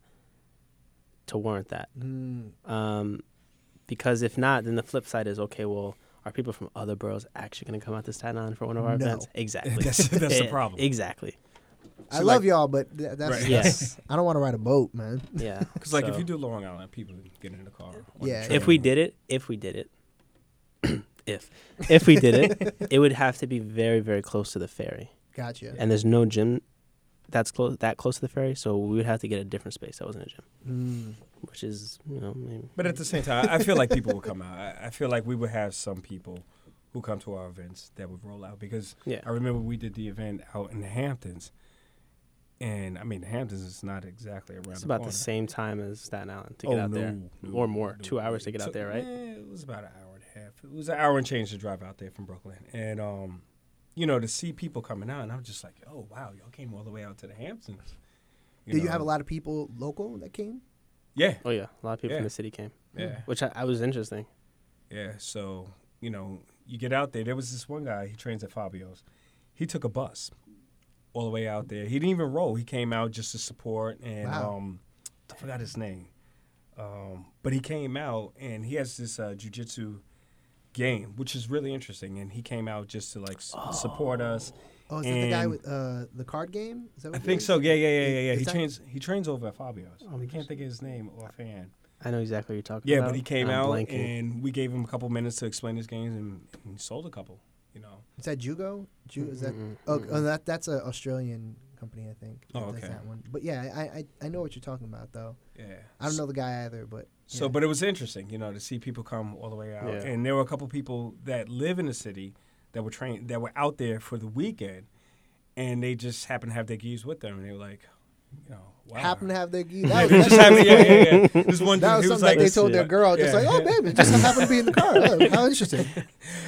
Speaker 2: to warrant that?
Speaker 1: Mm,
Speaker 2: Um, because if not, then the flip side is okay. Well, are people from other boroughs actually going to come out to Staten Island for one of our
Speaker 1: No.
Speaker 2: events? Exactly.
Speaker 3: that's, that's the
Speaker 2: Eh,
Speaker 3: problem
Speaker 2: Exactly.
Speaker 1: I
Speaker 3: So,
Speaker 1: love
Speaker 3: like-
Speaker 1: y'all, but th- that's,
Speaker 3: Right.
Speaker 1: that's- I don't want to ride a boat, man.
Speaker 2: Yeah.
Speaker 3: because like if
Speaker 2: So-
Speaker 3: you do Long Island people get in the car on the
Speaker 1: Yeah.
Speaker 2: if we
Speaker 3: train.
Speaker 2: did it, if we did it, if if we did it, it would have to be very very close to the ferry,
Speaker 1: Gotcha.
Speaker 2: and there's no gym that's close that close to the ferry, so we would have to get a different space that wasn't a gym,
Speaker 1: Mm,
Speaker 2: which is you know maybe,
Speaker 3: But at the same time, I feel like people will come out. I, I feel like we would have some people who come to our events that would roll out because
Speaker 2: yeah
Speaker 3: I remember we did the event out in the Hamptons, and I mean the Hamptons is not exactly around.
Speaker 2: it's about
Speaker 3: corner.
Speaker 2: the same time as Staten Island to
Speaker 3: Oh,
Speaker 2: get out there
Speaker 3: no, no,
Speaker 2: or more,
Speaker 3: no.
Speaker 2: two hours to get out
Speaker 3: Took-
Speaker 2: there, right?
Speaker 3: eh, it was about an hour and a half. It was an hour and change to drive out there from Brooklyn, and um, you know to see people coming out, and I'm just like, oh wow, y'all came all the way out to the Hamptons.
Speaker 1: Did you
Speaker 3: know?
Speaker 1: have a lot of people local that came?
Speaker 3: Yeah,
Speaker 2: Oh yeah, a lot of people
Speaker 3: Yeah.
Speaker 2: from the city came,
Speaker 3: yeah.
Speaker 2: which I, I was interesting.
Speaker 3: Yeah, so you know, you get out there. There was this one guy. He trains at Fabio's. He took a bus all the way out there. He didn't even roll. He came out just to support, and
Speaker 1: Wow.
Speaker 3: um, I forgot his name. Um, but he came out, and he has this uh, jujitsu game, which is really interesting. And he came out just to like s- support us.
Speaker 1: Oh, is that the guy
Speaker 3: And-
Speaker 1: with uh, the card game? Is that
Speaker 3: I
Speaker 1: what it
Speaker 3: think
Speaker 1: is?
Speaker 3: so. Yeah, yeah, yeah, yeah.
Speaker 1: Is-
Speaker 3: yeah.
Speaker 1: is
Speaker 3: He
Speaker 1: that-
Speaker 3: trains. He trains over at Fabio's.
Speaker 2: Oh,
Speaker 3: I can't think of his name offhand.
Speaker 2: I know exactly what you're talking
Speaker 3: Yeah,
Speaker 2: about.
Speaker 3: but he came
Speaker 2: I'm
Speaker 3: out,
Speaker 2: blanking.
Speaker 3: and we gave him a couple minutes to explain his games, and, and he sold a couple. You know.
Speaker 1: Is that Jugo? Ju- is that?
Speaker 2: Mm-mm,
Speaker 1: Oh,
Speaker 2: mm-mm.
Speaker 1: oh, that that's an Australian company, I think. that
Speaker 3: Oh,
Speaker 1: does
Speaker 3: okay.
Speaker 1: that one. But yeah, I, I I know what you're talking about though.
Speaker 3: Yeah.
Speaker 1: I don't
Speaker 3: So-
Speaker 1: know the guy either, but
Speaker 3: So,
Speaker 1: yeah.
Speaker 3: but it was interesting, you know, to see people come all the way out,
Speaker 2: Yeah.
Speaker 3: and there were a couple people that live in the city that were trained that were out there for the weekend, and they just happened to have their geese with them, and they were like, you know, wow.
Speaker 1: happen to have their gi.
Speaker 3: Yeah,
Speaker 1: That
Speaker 3: they
Speaker 1: was,
Speaker 3: just happened- yeah, yeah, yeah. This one dude,
Speaker 1: that was something
Speaker 3: he was like,
Speaker 1: that they told their
Speaker 2: Yeah.
Speaker 1: girl. Just
Speaker 3: Yeah.
Speaker 1: like, oh, baby, it just happened to be in the car. Oh, how interesting.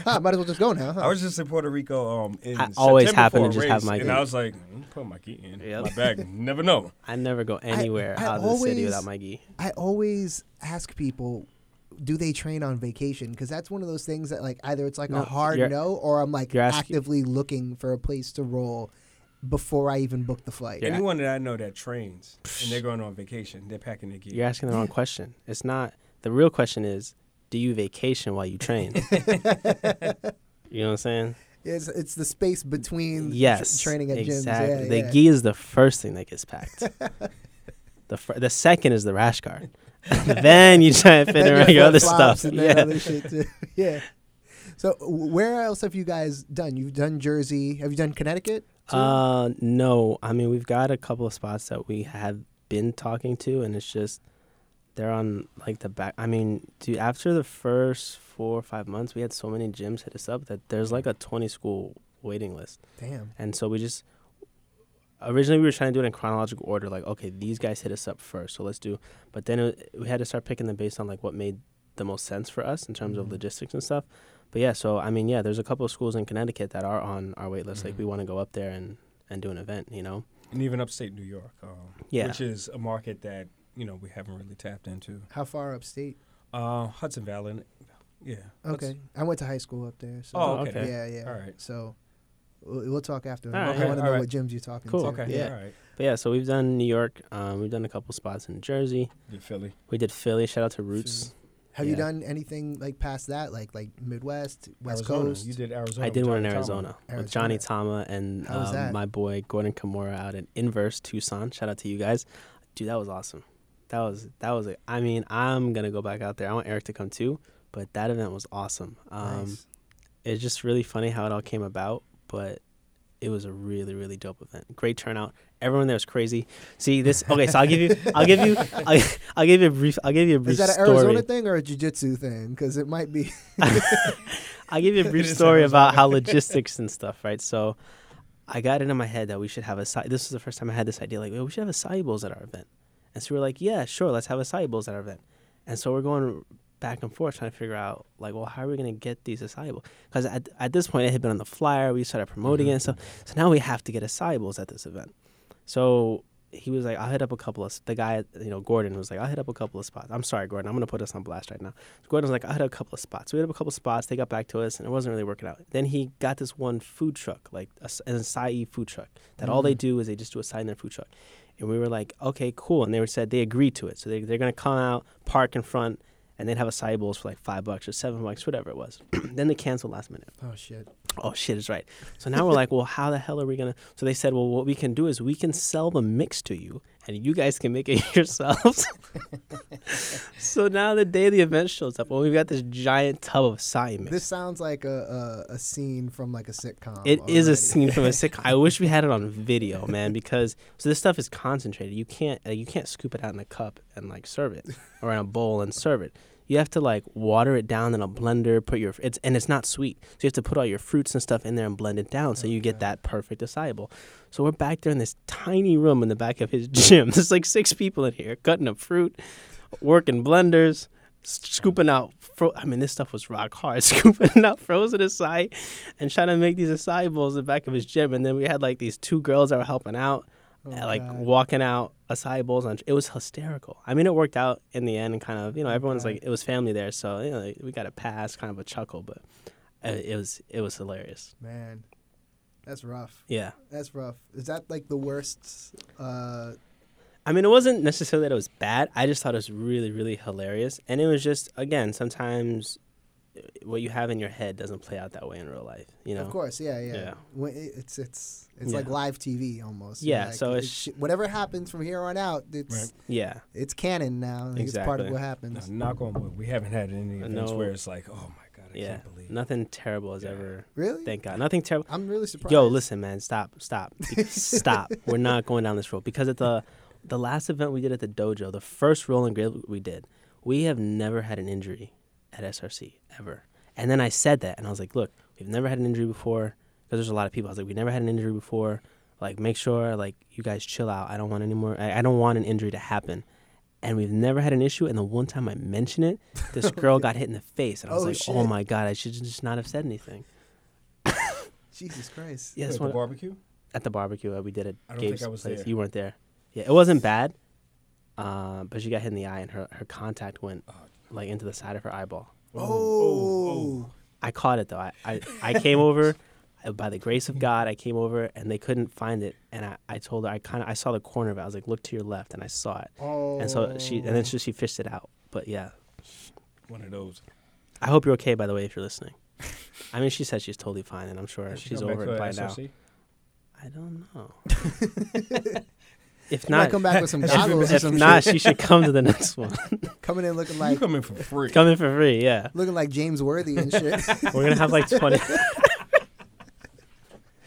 Speaker 1: Huh, might as well just go now. Huh?
Speaker 3: I was just in Puerto Rico. Um, in
Speaker 2: I always
Speaker 3: September
Speaker 2: happen
Speaker 3: for
Speaker 2: to
Speaker 3: a
Speaker 2: just have
Speaker 3: race,
Speaker 2: my
Speaker 3: and
Speaker 2: gi.
Speaker 3: I was like, I'm putting my key in
Speaker 2: Yep.
Speaker 3: my bag. Never know.
Speaker 2: I never go anywhere
Speaker 1: I
Speaker 2: out of the city
Speaker 1: always-
Speaker 2: without my gi.
Speaker 1: I always ask people, do they train on vacation? Because that's one of those things that like either it's like a
Speaker 2: No,
Speaker 1: hard
Speaker 2: you're-
Speaker 1: no, or I'm like
Speaker 2: you're asking-
Speaker 1: actively looking for a place to roll before I even booked the flight.
Speaker 2: Yeah.
Speaker 3: Anyone that I know that trains and they're going on vacation, they're packing their gear.
Speaker 2: You're asking the wrong question. It's not the real question is, do you vacation while you train? you know what I'm saying?
Speaker 1: It's it's the space between tr-
Speaker 2: yes.
Speaker 1: training at
Speaker 2: exactly.
Speaker 1: gyms. Yeah,
Speaker 2: the
Speaker 1: yeah.
Speaker 2: gi is the first thing that gets packed. the fir- the second is the rash guard. then you try and fit
Speaker 1: And
Speaker 2: in
Speaker 1: your
Speaker 2: your other
Speaker 1: flip-flops
Speaker 2: stuff.
Speaker 1: and that
Speaker 2: Yeah.
Speaker 1: other shit too. yeah. So w- where else have you guys done? You've done Jersey. Have you done Connecticut? too?
Speaker 2: Uh, no. I mean, we've got a couple of spots that we have been talking to, and it's just they're on like the back. I mean, dude, after the first four or five months, we had so many gyms hit us up that there's like a 20 school waiting list,
Speaker 1: Damn.
Speaker 2: and so we just originally we were trying to do it in chronological order, like okay, these guys hit us up first, so let's do. But then it, we had to start picking them based on like what made the most sense for us in terms
Speaker 1: Mhm.
Speaker 3: Mm-hmm.
Speaker 2: of logistics and stuff. But yeah, so I mean, yeah, there's a couple of schools in Connecticut that are on our wait list.
Speaker 3: Mm-hmm.
Speaker 2: Like we want to go up there and and do an event, you know?
Speaker 3: And even upstate New York, um,
Speaker 2: Yeah.
Speaker 3: which is a market that you know we haven't really tapped into.
Speaker 1: How far upstate?
Speaker 3: Uh, Hudson Valley, yeah. that's-
Speaker 1: Okay, I went to high school up there. So
Speaker 3: Oh,
Speaker 2: Oh,
Speaker 3: okay.
Speaker 2: okay.
Speaker 1: yeah, yeah.
Speaker 3: All right.
Speaker 1: So we'll, we'll talk after.
Speaker 2: All right,
Speaker 1: I want to
Speaker 3: all
Speaker 1: know
Speaker 3: right.
Speaker 1: what gyms you're talking
Speaker 2: Cool.
Speaker 1: to.
Speaker 3: Okay.
Speaker 1: Yeah.
Speaker 3: All right.
Speaker 2: But yeah, so we've done New York. Um, we've done a couple spots in Jersey.
Speaker 3: Yeah, Philly.
Speaker 2: We did Philly. Shout out to Roots.
Speaker 1: Have you
Speaker 2: Yeah.
Speaker 1: done anything like past that, like like Midwest, West
Speaker 3: Arizona.
Speaker 1: Coast?
Speaker 3: You did Arizona.
Speaker 2: I did
Speaker 3: with
Speaker 2: one in
Speaker 3: Johnny Tama.
Speaker 2: Arizona, with Johnny Tama and
Speaker 1: How was
Speaker 2: um,
Speaker 1: that?
Speaker 2: my boy Gordon Kimura out at Inverse Tucson. Shout out to you guys, dude. That was awesome. That was that was. A, I mean, I'm gonna go back out there. I want Eric to come too. But that event was awesome. Um,
Speaker 1: Nice.
Speaker 2: it's just really funny how it all came about, but it was a really really dope event. Great turnout. Everyone there was crazy. See this? Okay, so I'll give you, I'll give you, I'll, I'll give you a brief, I'll give you a brief
Speaker 1: Is that an
Speaker 2: story.
Speaker 1: Arizona thing or a jiu-jitsu thing? Because it might be.
Speaker 2: I'll give you a brief
Speaker 3: It is
Speaker 2: story
Speaker 3: Arizona.
Speaker 2: about how logistics and stuff, right? So I got it in my head that we should have a acai. This was the first time I had this idea, like, "Yo, we should have acai bowls at our event. And so we were like, yeah, sure, let's have acai bowls at our event. And so we're going back and forth trying to figure out, like, well, how are we going to get these acai bowls? Because at, at this point, it had been on the flyer. We started promoting it and stuff. So now we have to get acai bowls at this event. So he was like, I'll hit up a couple of the guy, you know, Gordon was like, I'll hit up a couple of spots. I'm sorry, Gordon, I'm gonna put us on blast right now. Gordon was like, I hit up a couple of spots. We hit up a couple of spots. They got back to us, and it wasn't really working out. Then he got this one food truck, like a, an acai food truck, that all they do is they just do acai in their food truck. And we were like, okay, cool. And they were said they agreed to it, so they, they're gonna come out, park in front, and they'd have acai bowls for like five bucks or seven bucks, whatever it was. then they canceled last minute
Speaker 1: Oh shit.
Speaker 2: oh shit is right so now we're like well how the hell are we gonna so they said well what we can do is we can sell the mix to you and you guys can make it yourselves so now the day the event shows up well we've got this giant tub of acai mix
Speaker 1: This sounds like a, a a scene from like a sitcom.
Speaker 2: It is a
Speaker 1: already.
Speaker 2: scene from a sitcom. I wish we had it on video, man, because so this stuff is concentrated. You can't uh, you can't scoop it out in a cup and like serve it or in a bowl and serve it. You have to like water it down in a blender. Put your it's and it's not sweet, so you have to put all your fruits and stuff in there and blend it down so you get that perfect acai bowl. So we're back there in this tiny room in the back of his gym. There's like six people in here cutting up fruit, working blenders, s- scooping out. Fro- I mean, this stuff was rock hard. Scooping out frozen acai and trying to make these acai bowls in the back of his gym. And then we had like these two girls that were helping out,
Speaker 3: Oh,
Speaker 2: and, like
Speaker 1: Oh, God.
Speaker 2: walking out acai bowls. On it was hysterical. I mean, it worked out in the end. And kind of, you
Speaker 3: Oh,
Speaker 2: know, everyone's like, it was family there, so you know, we got a pass, kind of a chuckle, but uh, it was it was hilarious.
Speaker 1: Man, that's rough.
Speaker 2: Yeah.
Speaker 1: That's rough. Is that like the worst? Uh,
Speaker 2: I mean, it wasn't necessarily that it was bad. I just thought it was really, really hilarious. And it was just, again, sometimes uh, what you have in your head doesn't play out that way in real life, you know?
Speaker 1: Of course, yeah, yeah.
Speaker 2: Yeah.
Speaker 1: When it- it's it's it's like
Speaker 2: Yeah.
Speaker 1: live TV almost.
Speaker 2: Yeah,
Speaker 1: Like,
Speaker 2: so it's-
Speaker 1: sh- whatever happens from here on out, it's
Speaker 3: Right.
Speaker 2: Yeah.
Speaker 1: it's canon now. Like, It's part of
Speaker 2: Exactly.
Speaker 1: what
Speaker 3: Now,
Speaker 1: happens.
Speaker 3: knock on wood. We haven't had any events
Speaker 2: No.
Speaker 3: where it's like, oh my god, I
Speaker 2: Yeah.
Speaker 3: can't believe.
Speaker 2: Nothing terrible has
Speaker 3: Yeah.
Speaker 2: ever,
Speaker 1: Really?
Speaker 2: thank God. Nothing terrible.
Speaker 1: I'm really surprised.
Speaker 2: Yo, listen, man, stop, stop, Be- stop. We're not going down this road because at the the last event we did at the dojo, the first roll and grill we did, we have never had an injury at SRC ever. And then I said that, and I was like, look, we've never had an injury before because there's a lot of people. I was like, we never had an injury before. Like, make sure like you guys chill out. I don't want any more. I, I don't want an injury to happen. And we've never had an issue. And the one time I mentioned it, this girl got hit in the face, and I was
Speaker 1: Oh,
Speaker 2: like, "Oh
Speaker 1: shit.
Speaker 2: my god, I should just not have said anything."
Speaker 1: Jesus Christ.
Speaker 2: Yes,
Speaker 3: Wait, the
Speaker 2: one-
Speaker 3: barbecue.
Speaker 2: at the barbecue that we did at
Speaker 3: I don't think
Speaker 2: Gabe's
Speaker 3: I was
Speaker 2: place.
Speaker 3: there.
Speaker 2: You weren't there. Yeah, it wasn't bad, uh, but she got hit in the eye, and her, her contact went
Speaker 3: Oh,
Speaker 2: like into the side of her eyeball.
Speaker 1: Oh,
Speaker 3: Oh,
Speaker 2: I caught it though. I I, I came over, uh, by the grace of God, I came over and they couldn't find it. And I, I told her I kind of I saw the corner of it. I was like, look to your left, and I saw it.
Speaker 1: Oh.
Speaker 2: And so she and then she, she fished it out. But yeah,
Speaker 3: One of those.
Speaker 2: I hope you're okay. By the way, if you're listening, I mean she said she's totally fine, and I'm sure
Speaker 3: Should
Speaker 2: she's
Speaker 3: come back
Speaker 2: over
Speaker 3: to
Speaker 2: it by now.
Speaker 3: SRC?
Speaker 2: I don't know. if
Speaker 1: She might
Speaker 2: not,
Speaker 1: come back with some
Speaker 3: That should be
Speaker 1: goggles or
Speaker 2: if
Speaker 1: some
Speaker 2: not,
Speaker 1: shit.
Speaker 2: she should come to the next one.
Speaker 1: Coming in looking
Speaker 3: you
Speaker 1: like
Speaker 3: come in for free.
Speaker 2: come in for free. Yeah,
Speaker 1: looking like James Worthy and shit.
Speaker 2: we're gonna have like twenty.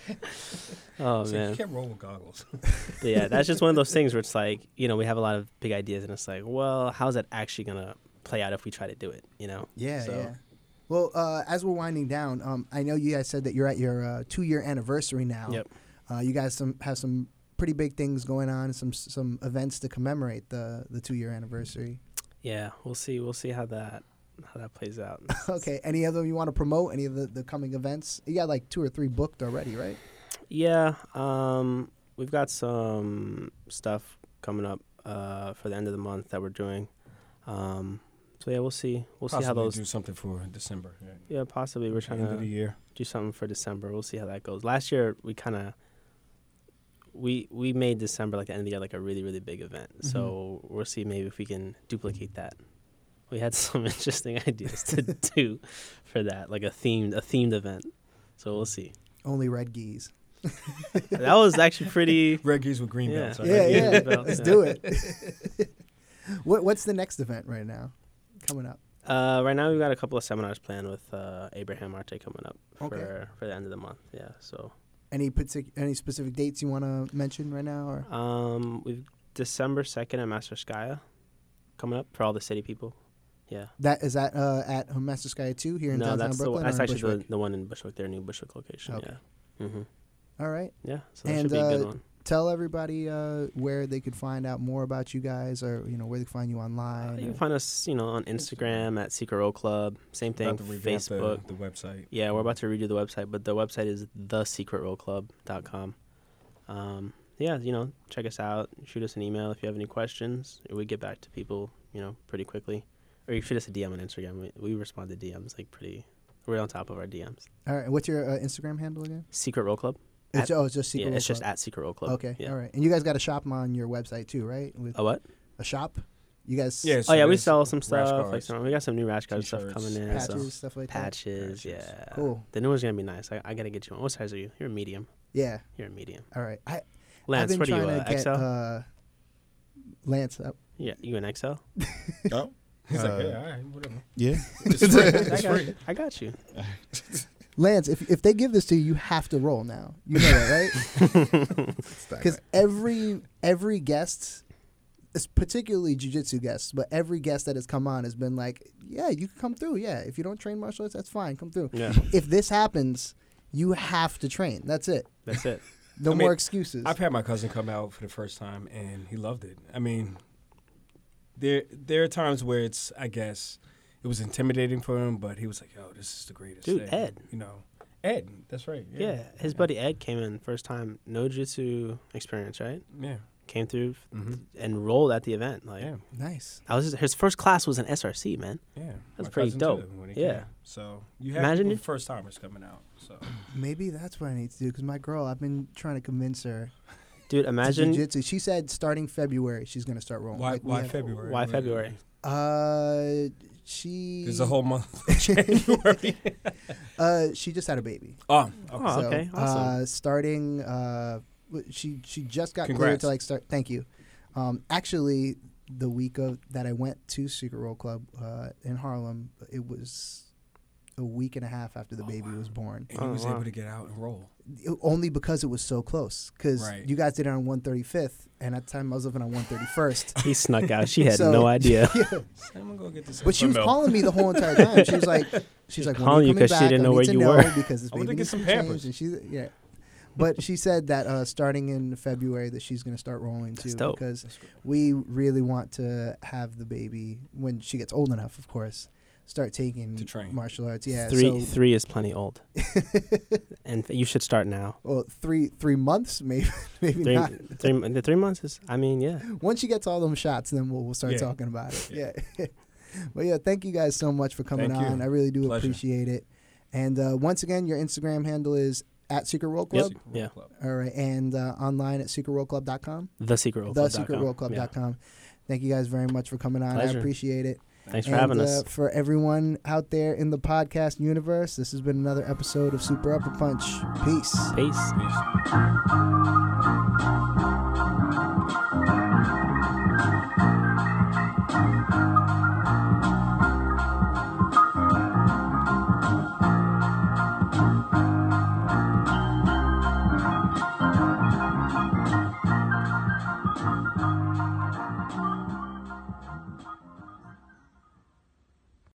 Speaker 2: oh
Speaker 3: It's like,
Speaker 2: man.
Speaker 3: you can't roll with goggles.
Speaker 2: But yeah, that's just one of those things where it's like, you know, we have a lot of big ideas, and it's like, well, how's that actually gonna play out if we try to do it? You know?
Speaker 1: Yeah,
Speaker 2: So-
Speaker 1: yeah. Well, uh, as we're winding down, um, I know you guys said that you're at your uh, two-year anniversary now.
Speaker 2: Yep.
Speaker 1: Uh, you guys some, have some pretty big things going on, some some events to commemorate the the two-year anniversary.
Speaker 2: Yeah, we'll see. We'll see how that how that plays out.
Speaker 1: okay. Any of them you want to promote? Any of the, the coming events? You got like two or three booked already, right?
Speaker 2: Yeah, um, we've got some stuff coming up uh, for the end of the month that we're doing. Um, so yeah, we'll see. We'll see how
Speaker 3: Possibly
Speaker 2: those.
Speaker 3: do something for December. Yeah.
Speaker 2: Yeah, possibly we're trying
Speaker 3: End of the
Speaker 2: to
Speaker 3: year.
Speaker 2: do something for December. We'll see how that goes. Last year we kind of we we made December like the end of the year like a really really big event. So we'll see maybe if we can duplicate that. We had some interesting ideas to do for that, like a themed a themed event. So we'll see.
Speaker 1: Only red geese.
Speaker 2: That was actually pretty.
Speaker 3: Red geese with green
Speaker 2: Yeah.
Speaker 3: belts. I
Speaker 2: Uh,
Speaker 1: yeah,
Speaker 3: think.
Speaker 2: yeah,
Speaker 1: yeah.
Speaker 2: red belts,
Speaker 1: Let's
Speaker 2: yeah.
Speaker 1: do it. what What's the next event right now? Coming up.
Speaker 2: Uh, right now, we've got a couple of seminars planned with uh, Abraham Arte coming up for
Speaker 1: Okay.
Speaker 2: for the end of the month. Yeah, so
Speaker 1: Any partic- any specific dates you want to mention right now? Or
Speaker 2: um, we've December second at Master Skaya coming up for all the city people. Yeah,
Speaker 1: that is that uh, at Master Sky Two here in
Speaker 2: no,
Speaker 1: downtown
Speaker 2: that's the
Speaker 1: Brooklyn.
Speaker 2: one, that's
Speaker 1: or in
Speaker 2: actually the,
Speaker 1: Bushwick?
Speaker 2: the one in Bushwick, their new Bushwick location.
Speaker 1: Okay.
Speaker 2: Yeah, hmm
Speaker 1: All right.
Speaker 2: yeah, so that
Speaker 1: And,
Speaker 2: should be a good
Speaker 1: uh,
Speaker 2: one.
Speaker 1: Tell everybody uh, where they could find out more about you guys, or you know where they can find you
Speaker 2: Uh,
Speaker 1: online.
Speaker 2: you
Speaker 1: or-
Speaker 2: can find us, you know, on Instagram at Secret Roll Club. Same thing,
Speaker 3: About to revamp the-
Speaker 2: Facebook.
Speaker 3: The, website.
Speaker 2: Yeah, we're about to redo the website, but the website is thesecretrollclub.com. Um, yeah, you know, check us out. Shoot us an email if you have any questions. We get back to people, you know, pretty quickly. Or you shoot us a DM on Instagram. We, we respond to DMs like pretty. We're on top of our DMs.
Speaker 1: All right. What's your uh, Instagram handle again?
Speaker 2: Secret Roll Club. At-
Speaker 1: It's, oh, it's just Secret.
Speaker 2: yeah,
Speaker 1: World
Speaker 2: it's just
Speaker 1: Club.
Speaker 2: at Secret Roll Club.
Speaker 1: okay.
Speaker 2: Yeah. Oh.
Speaker 1: All right. And you guys got a shop on your website too, right? With
Speaker 2: A what?
Speaker 1: a shop. You guys.
Speaker 3: Yeah,
Speaker 2: Oh
Speaker 3: so
Speaker 2: yeah, we
Speaker 3: there's
Speaker 2: sell some
Speaker 3: rash
Speaker 2: stuff. Like
Speaker 3: guards.
Speaker 2: some, we got some new rash guard stuff
Speaker 3: T-shirts,
Speaker 2: coming in.
Speaker 1: Patches,
Speaker 2: so.
Speaker 1: stuff like that.
Speaker 2: Patches.
Speaker 3: Patches.
Speaker 2: Yeah.
Speaker 1: Cool.
Speaker 2: The new one's gonna be nice. I, I gotta get you one. What size are you? You're a medium.
Speaker 1: Yeah.
Speaker 2: You're a medium.
Speaker 1: All right. I, I've
Speaker 2: Lance,
Speaker 1: been
Speaker 2: what are you?
Speaker 1: trying to
Speaker 2: Uh,
Speaker 1: get
Speaker 2: XL?
Speaker 1: uh, Lance up.
Speaker 2: yeah, you an XL?
Speaker 4: Oh,
Speaker 3: He's like,
Speaker 4: Uh,
Speaker 3: yeah, all right, whatever.
Speaker 4: yeah.
Speaker 3: It's free.
Speaker 2: I
Speaker 3: It's
Speaker 2: got,
Speaker 3: free.
Speaker 2: I got you.
Speaker 1: Lance, if if they give this to you, you have to roll now. You know that, right?
Speaker 4: It's that
Speaker 1: because every every guest it's particularly jiu-jitsu guests but every guest that has come on has been like yeah you can come through yeah if you don't train martial arts that's fine come through
Speaker 2: Yeah,
Speaker 1: if this happens you have to train that's it
Speaker 2: that's it.
Speaker 1: no
Speaker 3: I mean,
Speaker 1: more excuses
Speaker 3: I've had my cousin come out for the first time, and he loved it. I mean, there there are times where it's, I guess, it was intimidating for him, but he was like, "Yo, this is the greatest."
Speaker 2: Dude,
Speaker 3: thing.
Speaker 2: Ed.
Speaker 3: You know, Ed. That's right.
Speaker 2: Yeah, his buddy Ed came in first time, no jitsu experience, right?
Speaker 3: Yeah.
Speaker 2: Came through
Speaker 3: hmm
Speaker 2: and rolled at the event. Like,
Speaker 3: Yeah.
Speaker 1: nice
Speaker 2: I was his, his first class was an SRC, man.
Speaker 3: Yeah.
Speaker 2: That's
Speaker 3: My
Speaker 2: pretty
Speaker 3: cousin
Speaker 2: dope.
Speaker 3: too, when he
Speaker 2: Yeah.
Speaker 3: came. So you have
Speaker 2: Imagine
Speaker 3: Imagine
Speaker 2: if-
Speaker 3: first timers coming out. So
Speaker 1: maybe that's what i need to do because my girl i've been trying to convince her
Speaker 2: Dude,
Speaker 1: to
Speaker 2: imagine
Speaker 1: jiu-jitsu she said starting february she's going to start rolling
Speaker 3: why
Speaker 1: Like, we
Speaker 3: why
Speaker 1: have-
Speaker 3: February?
Speaker 2: why
Speaker 3: What-
Speaker 2: February?
Speaker 1: uh she
Speaker 3: There's a whole month. of January.
Speaker 1: uh she just had a baby
Speaker 3: oh, okay.
Speaker 2: Oh, okay, awesome.
Speaker 1: Uh, starting, uh, w- she she just got cleared
Speaker 3: Congrats.
Speaker 1: to like start. Thank you. Um, actually, the week of that I went to Secret Roll Club uh, in Harlem, it was a week and a half after the
Speaker 3: Oh,
Speaker 1: baby
Speaker 3: wow.
Speaker 1: was born.
Speaker 3: and he
Speaker 2: Oh,
Speaker 3: was
Speaker 2: wow.
Speaker 3: able to get out and roll.
Speaker 1: It- only because it was so close. Because
Speaker 3: Right.
Speaker 1: you guys did it on one thirty fifth, and at the time I was living on one thirty first.
Speaker 2: He snuck out. She had
Speaker 1: So-
Speaker 2: no idea.
Speaker 1: yeah.
Speaker 3: I'm gonna go get this.
Speaker 1: But she was
Speaker 3: Infamil.
Speaker 1: calling me the whole entire time. She was like, she's like, when
Speaker 2: calling you
Speaker 1: you
Speaker 2: 'cause
Speaker 1: because
Speaker 2: she didn't know where you were.
Speaker 1: Because this
Speaker 3: I went
Speaker 1: baby
Speaker 3: to get
Speaker 1: needs
Speaker 3: some
Speaker 1: to change.
Speaker 3: Pampers.
Speaker 1: And she, yeah. But she said that uh, starting in February that she's going to start rolling too
Speaker 2: That's dope.
Speaker 1: because
Speaker 3: That's good.
Speaker 1: we really want to have the baby when she gets old enough, of course, start taking
Speaker 3: To train.
Speaker 1: martial arts. Yeah,
Speaker 2: three,
Speaker 1: so
Speaker 2: three is plenty old, and you should start now.
Speaker 1: well, three three months maybe maybe
Speaker 2: Three,
Speaker 1: not.
Speaker 2: three, the three months is. I mean, yeah.
Speaker 1: Once she gets all them shots, then we'll, we'll start
Speaker 3: Yeah.
Speaker 1: talking about it. Yeah.
Speaker 3: Yeah.
Speaker 1: but yeah, thank you guys so much for coming
Speaker 3: Thank you.
Speaker 1: on. I really do
Speaker 3: Pleasure.
Speaker 1: appreciate it. And uh, once again, your Instagram handle is at Secret Roll
Speaker 2: Yep.
Speaker 1: Club.
Speaker 3: Secret
Speaker 2: Yeah.
Speaker 3: Club.
Speaker 1: All right, and uh, online at secretrollclub.com.
Speaker 2: The Secret Roll Club.
Speaker 1: thesecretrollclub.com. Thank you guys very much for coming on.
Speaker 2: Pleasure.
Speaker 1: I appreciate it.
Speaker 2: Thanks for
Speaker 1: and,
Speaker 2: having
Speaker 1: uh,
Speaker 2: us.
Speaker 1: For everyone out there in the podcast universe, this has been another uh, episode of Super Upper Punch. Peace.
Speaker 2: Peace.
Speaker 3: Peace.